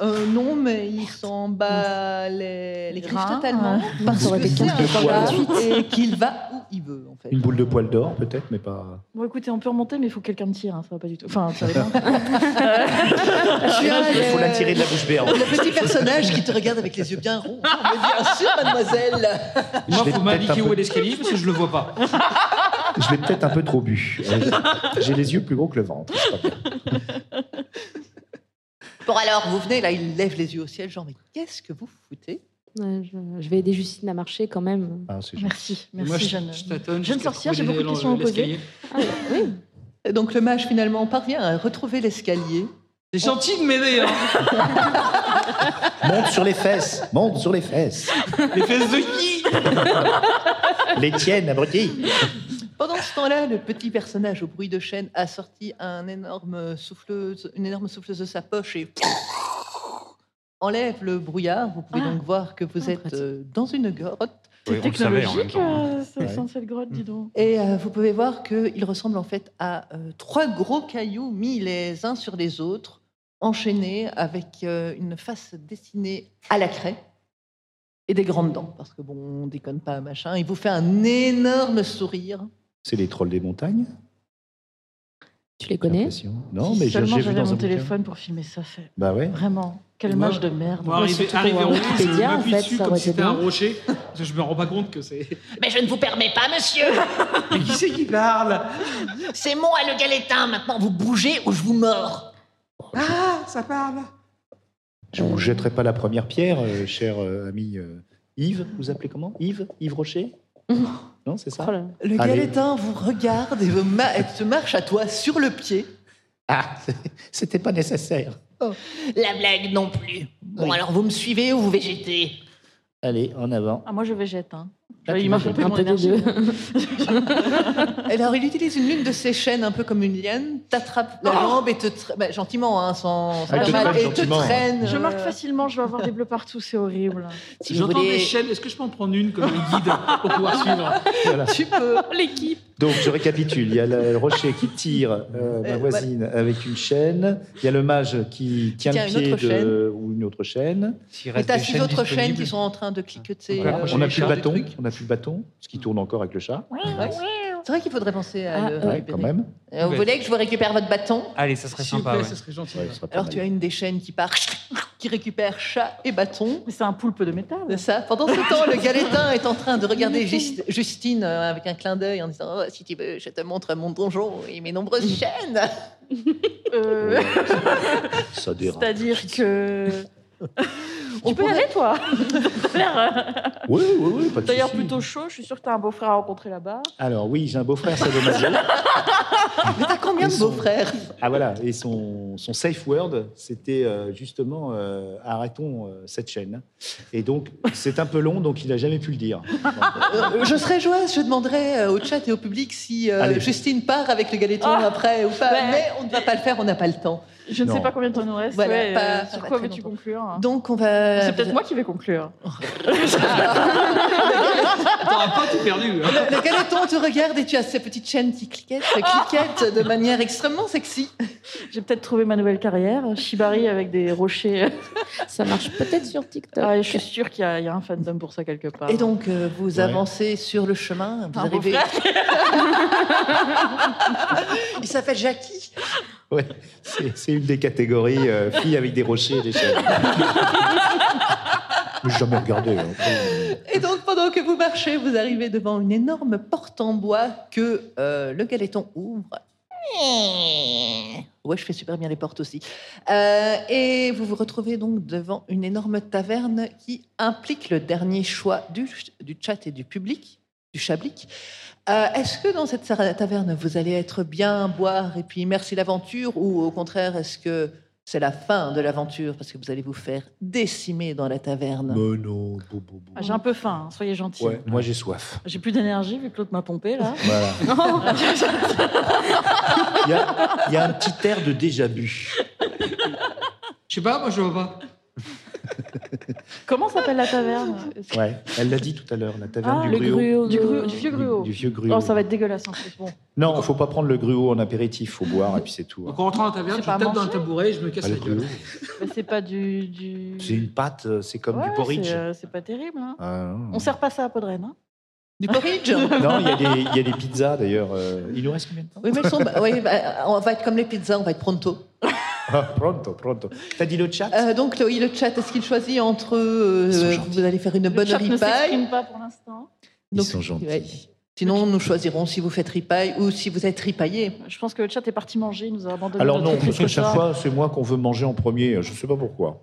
Speaker 1: Euh, non, mais ils s'en bat les, les griffes
Speaker 8: Reins,
Speaker 1: totalement.
Speaker 8: Ah,
Speaker 1: Parce
Speaker 4: Ça aurait
Speaker 1: que
Speaker 4: été
Speaker 1: c'est
Speaker 5: quinze
Speaker 1: un
Speaker 5: fois la
Speaker 1: chat et qu'il va où il veut, en fait.
Speaker 5: Une boule de poil d'or, peut-être, mais pas.
Speaker 8: Bon, écoutez, on peut remonter, mais il faut que quelqu'un me tire, hein, ça va pas du tout. Enfin, ça dépend. Ah,
Speaker 1: Tu as
Speaker 5: Il faut
Speaker 1: le-
Speaker 5: la tirer de la bouche béante.
Speaker 1: euh, Le petit personnage qui te regarde avec les yeux bien ronds. Mais bien sûr, mademoiselle.
Speaker 3: Moi,
Speaker 5: Je l'ai
Speaker 3: faut
Speaker 5: peut-être un
Speaker 3: m'indiquer où
Speaker 5: peu-
Speaker 3: est l'escalier parce que je le vois pas.
Speaker 5: Je l'ai peut-être un peu trop bu. Euh, J'ai les yeux plus gros que le ventre. c'est pas bien.
Speaker 1: Bon, alors, vous venez, là, il lève les yeux au ciel, genre, mais qu'est-ce que vous foutez
Speaker 6: Ouais, je, je vais aider Justine à marcher quand même.
Speaker 5: Ah, c'est gentil.
Speaker 8: Merci, merci,
Speaker 3: Moi, je,
Speaker 8: jeune. euh,
Speaker 3: je tâtonne
Speaker 8: Jeune
Speaker 3: jusqu'à
Speaker 8: sorcière, j'ai
Speaker 3: trouver
Speaker 8: beaucoup de
Speaker 3: l'élan-
Speaker 8: questions à vous poser.
Speaker 3: l'escalier.
Speaker 6: Ah, oui.
Speaker 1: Et Donc, le mage, finalement, parvient à retrouver l'escalier.
Speaker 3: C'est gentil de m'aider, hein
Speaker 5: Monte sur les fesses. Monte sur les fesses.
Speaker 3: Les fesses de qui
Speaker 5: Les tiennes, abruti.
Speaker 1: Pendant ce temps-là, le petit personnage au bruit de chaîne a sorti un énorme souffleuse, une énorme souffleuse de sa poche et enlève le brouillard. Vous pouvez
Speaker 8: Ah.
Speaker 1: donc voir que vous
Speaker 8: Ah,
Speaker 1: êtes
Speaker 8: pratique.
Speaker 1: euh, dans une grotte
Speaker 2: Ouais, on le savait en même
Speaker 8: Technologique,
Speaker 2: temps.
Speaker 8: euh, ça
Speaker 5: Ouais.
Speaker 8: sent cette grotte, dis donc.
Speaker 1: et euh, vous pouvez voir qu'il ressemble en fait à euh, trois gros cailloux mis les uns sur les autres, enchaînés avec euh, une face dessinée à la craie et des grandes dents. Parce que bon, on déconne pas, machin. Il vous fait un énorme sourire.
Speaker 5: C'est les trolls des montagnes.
Speaker 6: Tu les
Speaker 5: j'ai
Speaker 6: connais
Speaker 5: l'impression. Non,
Speaker 8: si
Speaker 5: mais j'ai
Speaker 8: seulement
Speaker 5: j'ai vu
Speaker 8: j'avais
Speaker 5: dans
Speaker 8: mon
Speaker 5: un bouquin.
Speaker 8: téléphone pour filmer ça, c'est
Speaker 5: Bah ouais.
Speaker 8: vraiment quel
Speaker 3: Moi,
Speaker 8: mage de merde.
Speaker 3: Bon, arrivé,
Speaker 6: surtout
Speaker 3: arrivé
Speaker 6: pour
Speaker 3: en haut, je
Speaker 6: Wikipédia, en
Speaker 3: m'appuie
Speaker 6: fait,
Speaker 3: dessus
Speaker 6: ça
Speaker 3: comme
Speaker 6: aurait
Speaker 3: si
Speaker 6: été
Speaker 3: c'était un
Speaker 6: bien.
Speaker 3: rocher. parce que Je me rends pas compte que c'est.
Speaker 9: Mais je ne vous permets pas, monsieur.
Speaker 3: Mais qui c'est qui parle
Speaker 9: C'est moi le galetin. Maintenant, vous bougez ou je vous mords.
Speaker 3: Ah, ça parle
Speaker 5: Je vous jetterai pas la première pierre, euh, cher euh, ami euh, Yves. Vous appelez comment Yves Yves Rocher
Speaker 6: Mhm.
Speaker 5: Non, c'est ça
Speaker 6: Oh là là.
Speaker 1: Le
Speaker 5: Allez.
Speaker 1: galetin vous regarde et vous ma- et se marche à toi sur le pied.
Speaker 5: Ah, c'était pas nécessaire.
Speaker 9: La blague non plus. Bon,
Speaker 5: Oui.
Speaker 9: alors vous me suivez ou vous végétez
Speaker 5: Allez, en avant.
Speaker 8: Ah, moi je végète. Hein.
Speaker 5: Là, tu
Speaker 8: il m'a
Speaker 5: végètes.
Speaker 8: coupé
Speaker 6: Un
Speaker 8: mon
Speaker 6: peu des
Speaker 8: énergie.
Speaker 6: deux.
Speaker 1: Alors, il utilise une lune de ses chaînes, un peu comme une liane, t'attrape la jambe et te tra- bah, gentiment, hein, sans, sans faire
Speaker 5: Ah, te
Speaker 1: mal,
Speaker 5: traîne
Speaker 1: et
Speaker 5: gentiment.
Speaker 1: te traîne.
Speaker 8: Je
Speaker 1: euh,
Speaker 8: marque facilement, je vais avoir des bleus partout, c'est horrible.
Speaker 1: si vous
Speaker 3: J'entends
Speaker 1: voulez,
Speaker 3: des chaînes, est-ce que je peux en prendre une comme un guide pour pouvoir suivre
Speaker 5: Voilà.
Speaker 1: Tu peux.
Speaker 6: L'équipe.
Speaker 5: Donc, je récapitule. Il y a le rocher qui tire euh, ma
Speaker 1: Euh,
Speaker 5: voisine avec une chaîne. Il y a le mage qui tient
Speaker 1: Tiens,
Speaker 5: le
Speaker 1: une
Speaker 5: pied
Speaker 1: autre
Speaker 5: de-
Speaker 1: chaîne.
Speaker 5: ou une autre chaîne.
Speaker 2: S'il
Speaker 1: Et
Speaker 2: reste
Speaker 1: t'as
Speaker 2: des
Speaker 1: six autres chaînes qui
Speaker 2: disponibles-
Speaker 1: sont en train de cliqueter.
Speaker 2: Voilà,
Speaker 1: euh,
Speaker 5: on n'a
Speaker 2: j'ai
Speaker 5: plus le
Speaker 2: le
Speaker 5: bâton. On n'a plus le bâton, ce qui tourne encore avec le chat.
Speaker 1: ouais. C'est vrai qu'il faudrait penser à
Speaker 6: Ah,
Speaker 1: le
Speaker 6: ouais,
Speaker 5: Ouais, quand
Speaker 1: récupérer.
Speaker 5: même.
Speaker 1: Euh, vous voulez que je vous récupère votre bâton
Speaker 2: Allez, ça serait
Speaker 3: S'il vous
Speaker 2: sympa.
Speaker 3: plaît,
Speaker 2: ouais.
Speaker 3: ce serait gentil.
Speaker 5: Ouais, ce serait pas
Speaker 1: Alors,
Speaker 5: mal.
Speaker 1: tu as une des chaînes qui part, qui récupère chat et bâton.
Speaker 8: Mais c'est un poulpe de métal.
Speaker 1: C'est ça. Pendant ce temps, le galetin est en train de regarder Gis- Justine euh, avec un clin d'œil en disant Oh, Si tu veux, je te montre mon donjon et mes nombreuses chaînes.
Speaker 8: Euh,
Speaker 5: Ça dérape.
Speaker 8: C'est-à-dire que.
Speaker 1: On
Speaker 8: tu peux y aller, toi T'as l'air, euh,
Speaker 5: Oui, oui, oui, pas de
Speaker 8: D'ailleurs,
Speaker 5: souci.
Speaker 8: plutôt chaud, je suis sûre que t'as un beau-frère à rencontrer là-bas.
Speaker 5: Alors oui, j'ai un beau-frère sadomaso.
Speaker 1: Mais t'as combien de
Speaker 5: Ils sont-
Speaker 1: beaux-frères
Speaker 5: ah voilà, et son, son safe word, c'était euh, justement euh, arrêtons euh, cette chaîne. Et donc, c'est un peu long, donc il n'a jamais pu le dire.
Speaker 1: Euh, Je serais joyeuse, je demanderais euh, au chat et au public si euh,
Speaker 5: Allez.
Speaker 1: Justine part avec le galeton
Speaker 8: Ah.
Speaker 1: après ou pas.
Speaker 8: Ouais.
Speaker 1: Mais on ne va pas le faire, on n'a pas le temps.
Speaker 8: Je ne
Speaker 5: Non.
Speaker 8: sais pas combien de temps il nous reste.
Speaker 1: Voilà,
Speaker 8: ouais,
Speaker 1: pas-
Speaker 8: euh,
Speaker 1: ça
Speaker 8: sur
Speaker 1: va
Speaker 8: quoi
Speaker 1: très
Speaker 8: veux-tu
Speaker 1: longtemps.
Speaker 8: conclure
Speaker 1: Donc euh, on va.
Speaker 8: C'est peut-être moi qui vais conclure.
Speaker 3: T'auras pas tout perdu. hein.
Speaker 1: Le galeton te regarde et tu as ces petites chaînes qui cliquettent, cliquettent de manière extrêmement sexy.
Speaker 8: J'ai peut-être trouvé ma nouvelle carrière, Shibari avec des rochers.
Speaker 6: Ça marche peut-être sur TikTok.
Speaker 8: Ah, je suis sûre qu'il y, a il y a un fandom pour ça quelque part.
Speaker 1: Et donc euh, vous
Speaker 5: Ouais.
Speaker 1: avancez sur le chemin, vous
Speaker 8: Un
Speaker 1: arrivez. Il s'appelle Jackie.
Speaker 5: Ouais, c'est c'est une des catégories euh, filles avec des rochers et des chaînes. Mais j'ai jamais regardé. hein.
Speaker 1: Et donc, pendant que vous marchez, vous arrivez devant une énorme porte en bois que euh, le galeton ouvre. Ouais, je fais super bien les portes aussi. Euh, et vous vous retrouvez donc devant une énorme taverne qui implique le dernier choix du, du chat et du public, du chablic. Euh, Est-ce que dans cette taverne, vous allez être bien boire et puis merci l'aventure Ou au contraire, est-ce que c'est la fin de l'aventure parce que vous allez vous faire décimer dans la taverne.
Speaker 5: Mais non, bou, bou, bou.
Speaker 8: Ah, J'ai un peu faim, hein, soyez gentils.
Speaker 5: Ouais, moi j'ai soif.
Speaker 8: J'ai plus d'énergie vu que l'autre m'a pompé là.
Speaker 5: Voilà. Il y, a, il y a un petit air de déjà-vu.
Speaker 3: Je sais pas, moi je vois pas.
Speaker 8: Comment s'appelle la taverne
Speaker 5: Ouais, elle l'a dit tout à l'heure, la taverne
Speaker 8: Ah,
Speaker 5: du
Speaker 8: le
Speaker 5: gruau.
Speaker 8: gruau. Du, gruau- du
Speaker 5: Du-
Speaker 8: vieux gruau.
Speaker 5: Du, vieux gruau.
Speaker 8: Oh, ça va être dégueulasse en plus. Bon.
Speaker 5: Non, faut pas prendre le gruau en apéritif, faut boire et puis c'est tout. hein.
Speaker 3: Donc en rentrant dans la taverne,
Speaker 8: C'est
Speaker 3: je
Speaker 8: pas à
Speaker 3: tape dans un
Speaker 8: manger
Speaker 3: tabouret et je me casse
Speaker 5: Ah, le
Speaker 3: la gueule.
Speaker 5: gruau,
Speaker 8: Mais c'est pas du. du...
Speaker 5: c'est une pâte, euh, c'est comme
Speaker 8: Ouais,
Speaker 5: du porridge.
Speaker 8: C'est, euh, c'est pas terrible. hein.
Speaker 5: Ah, non.
Speaker 8: On sert pas ça à Podren. Hein.
Speaker 1: Du porridge
Speaker 5: Non, il y, a des- il y a des pizzas d'ailleurs. euh, Il nous reste combien de temps
Speaker 1: Oui, mais elles sont- oui, bah, on va être comme les pizzas, on va être pronto.
Speaker 5: Ah, Pronto, pronto. T'as dit le chat
Speaker 1: Euh, donc, le, oui, le chat, est-ce qu'il choisit entre euh,
Speaker 10: Ils sont
Speaker 1: euh,
Speaker 10: gentils.
Speaker 1: vous allez faire une
Speaker 8: Le
Speaker 1: bonne
Speaker 8: chat ne
Speaker 1: ripaille
Speaker 8: s'exprime pas pour l'instant.
Speaker 10: Ils
Speaker 1: Donc,
Speaker 10: sont gentils.
Speaker 1: ouais. Sinon, nous choisirons si vous faites ripaille ou si vous êtes ripaillé.
Speaker 8: Je pense que le chat est parti manger, il nous a abandonné.
Speaker 5: Alors non,
Speaker 8: notre
Speaker 5: parce
Speaker 8: triste
Speaker 5: que chaque
Speaker 8: sort.
Speaker 5: fois, c'est moi qu'on veut manger en premier. Je sais pas pourquoi.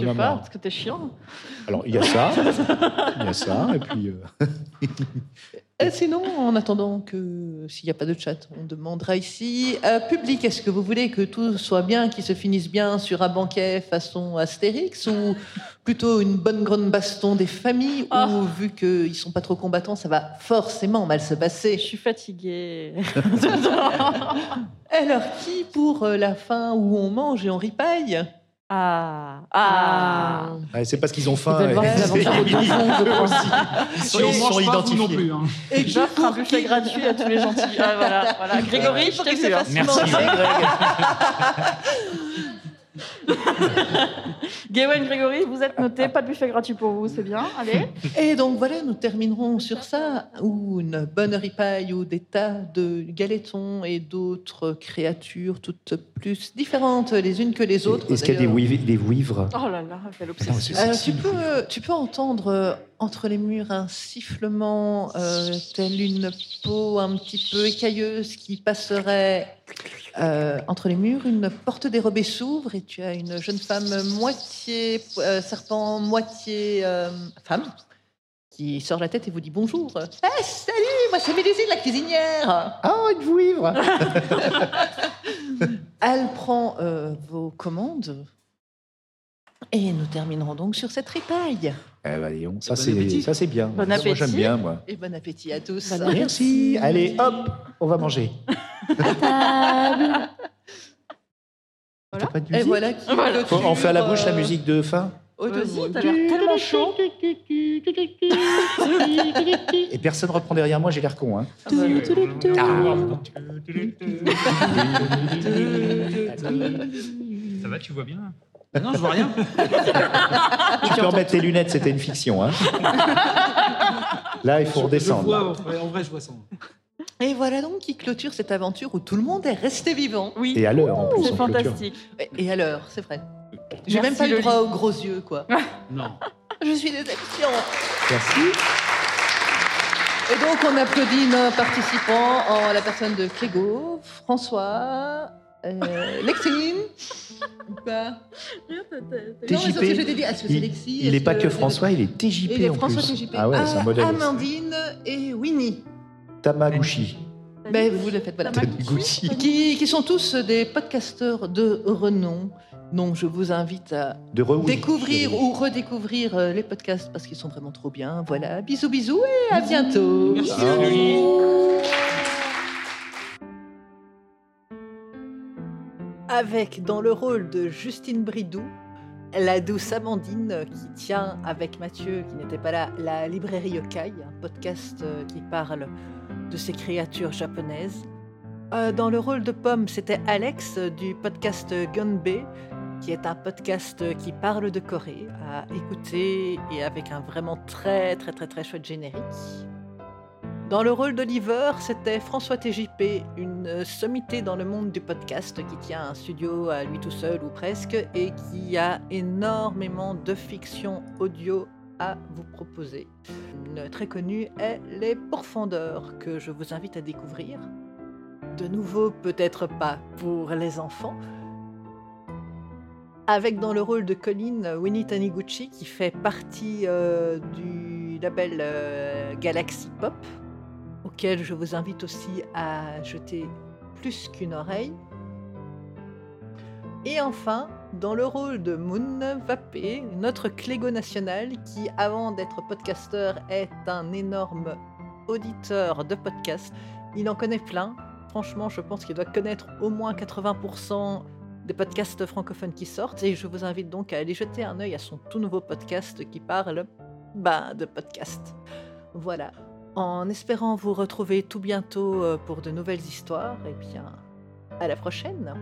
Speaker 5: J'en ai
Speaker 8: sais pas,
Speaker 5: marre.
Speaker 8: parce que t'es chiant.
Speaker 5: Alors il y a ça, il y a ça, et puis euh,
Speaker 1: Et sinon, en attendant que s'il n'y a pas de chat, on demandera ici à public est-ce que vous voulez que tout soit bien, qu'il se finisse bien sur un banquet façon Astérix ou plutôt une bonne grande baston des familles
Speaker 8: Ah.
Speaker 1: ou vu qu'ils sont pas trop combattants, ça va forcément mal se
Speaker 8: Je
Speaker 1: passer.
Speaker 8: suis fatiguée.
Speaker 1: Alors qui pour euh, la fin où on mange et on ripaille
Speaker 8: ah, ah.
Speaker 5: ouais, c'est parce qu'ils ont
Speaker 6: Ils
Speaker 5: faim.
Speaker 6: veulent voir
Speaker 5: et-
Speaker 6: les aventures de Donjon, je pense.
Speaker 3: Si on
Speaker 5: Ils sont
Speaker 3: mange pas, vous
Speaker 5: identifiés.
Speaker 3: non plus. hein.
Speaker 1: Et qui
Speaker 8: J'offre un
Speaker 1: pour
Speaker 8: buffet
Speaker 1: qui
Speaker 8: gratuit à tous les gentils. Ah, voilà, voilà. Grégory, je
Speaker 1: pour qu'il
Speaker 8: t'ai
Speaker 1: se
Speaker 8: vu, hein.
Speaker 1: fasse
Speaker 2: Merci,
Speaker 1: manger.
Speaker 8: Gawain, Grégory, vous êtes noté. Pas de buffet gratuit pour vous, c'est bien. Allez.
Speaker 1: Et donc voilà, nous terminerons sur ça, ou une bonne ripaille, ou des tas de galettons et d'autres créatures toutes plus différentes les unes que les autres.
Speaker 5: Est-ce qu'il y a des,
Speaker 1: d'ailleurs.
Speaker 5: ouiv- des ouivres
Speaker 8: Oh là là, quelle
Speaker 10: Putain,
Speaker 8: obsession.
Speaker 10: c'est
Speaker 1: Euh,
Speaker 10: sexy,
Speaker 1: tu, peux, euh, tu peux entendre euh, entre les murs un sifflement, euh, telle une peau un petit peu écailleuse qui passerait euh, entre les murs. Une porte dérobée s'ouvre et tu as une jeune femme moitié euh, serpent, moitié euh, femme qui sort la tête et vous dit bonjour. Eh, salut, moi c'est Mélusine la cuisinière.
Speaker 5: Ah, une ouivre
Speaker 1: Elle prend euh, vos commandes et nous terminerons donc sur cette ripaille.
Speaker 5: Eh ben, dis donc, ça
Speaker 3: Bon
Speaker 5: c'est
Speaker 3: appétit.
Speaker 5: ça c'est bien.
Speaker 8: Bon
Speaker 5: Moi,
Speaker 8: appétit.
Speaker 5: j'aime bien moi.
Speaker 1: Et bon appétit à tous.
Speaker 5: Merci. Allez, hop, on va manger. T'as pas de
Speaker 1: Et
Speaker 5: musique
Speaker 1: voilà qui euh,
Speaker 5: Faut- On fait à la bouche la musique de fin.
Speaker 8: Vas-y, t'as l'air tellement chaud.
Speaker 5: Et personne reprend derrière moi, j'ai l'air con. Hein. Ah.
Speaker 2: Ça va, tu vois bien
Speaker 3: Ah Non, je vois rien.
Speaker 8: Ah,
Speaker 5: Tu peux remettre tes lunettes, c'était une fiction. Hein. Là, il faut
Speaker 3: Je
Speaker 5: redescendre.
Speaker 3: vois, en vrai- en vrai, je vois ça.
Speaker 1: Et voilà donc qui clôture cette aventure où tout le monde est resté vivant.
Speaker 8: Oui,
Speaker 5: Et à l'heure, en plus.
Speaker 8: c'est
Speaker 5: on clôture.
Speaker 8: fantastique.
Speaker 1: Et- Et à l'heure, c'est vrai. J'ai
Speaker 8: Merci,
Speaker 1: même pas le
Speaker 8: Loli.
Speaker 1: droit aux gros yeux, quoi.
Speaker 3: Non.
Speaker 1: Je suis déception.
Speaker 5: Merci.
Speaker 1: Et donc, on applaudit nos participants en la personne de Clégo, François, euh, Lexine. ou
Speaker 8: Bah,
Speaker 1: pas Non, mais
Speaker 5: TJP,
Speaker 1: sur ce, je t'ai dit, est-ce que c'est
Speaker 5: il-
Speaker 1: Lexi
Speaker 5: Il
Speaker 1: est
Speaker 5: n'est pas que François, il est TJP
Speaker 1: Il est
Speaker 5: en
Speaker 1: François
Speaker 5: plus.
Speaker 1: TJP.
Speaker 5: Ah ouais, c'est un modèle.
Speaker 1: Amandine et Winnie.
Speaker 5: Tamaguchi.
Speaker 1: Ben, vous le faites, voilà.
Speaker 5: Tamaguchi.
Speaker 1: Qui, qui sont tous des podcasteurs de renom. Donc, je vous invite à
Speaker 5: De Reoui.
Speaker 1: découvrir ou redécouvrir euh, les podcasts parce qu'ils sont vraiment trop bien. Voilà, bisous, bisous et à bientôt.
Speaker 3: Merci,
Speaker 5: Ah.
Speaker 3: Loli.
Speaker 11: Avec dans le rôle de Justine Bridou, la douce Amandine qui tient avec Mathieu, qui n'était pas là, la librairie Yokai, un podcast euh, qui parle de ces créatures japonaises. Euh, dans le rôle de Pomme, c'était Alex euh, du podcast Gunbei, qui est un podcast euh, qui parle de Corée, à écouter et avec un vraiment très très très très chouette générique. Dans le rôle d'Oliver, c'était François TJP, une euh, sommité dans le monde du podcast qui tient un studio à lui tout seul ou presque et qui a énormément de fiction audio à vous proposer. Une très connue est Les Pourfendeurs que je vous invite à découvrir. De nouveau, peut-être pas pour les enfants. Avec dans le rôle de Colin
Speaker 1: euh,
Speaker 11: Winnie Taniguchi qui fait partie euh, du label euh, Galaxy Pop auquel je vous invite aussi à jeter plus qu'une oreille.
Speaker 1: Et enfin, dans le rôle de Moon Vapé, notre Clégo national, qui avant d'être podcasteur est un énorme auditeur de podcasts. Il en connaît plein. Franchement, je pense qu'il doit connaître au moins 80% des podcasts francophones qui sortent. Et je vous invite donc à aller jeter un œil à son tout nouveau podcast qui parle bah, de podcasts. Voilà. En espérant vous retrouver tout bientôt euh, pour de nouvelles histoires, et bien eh à la prochaine!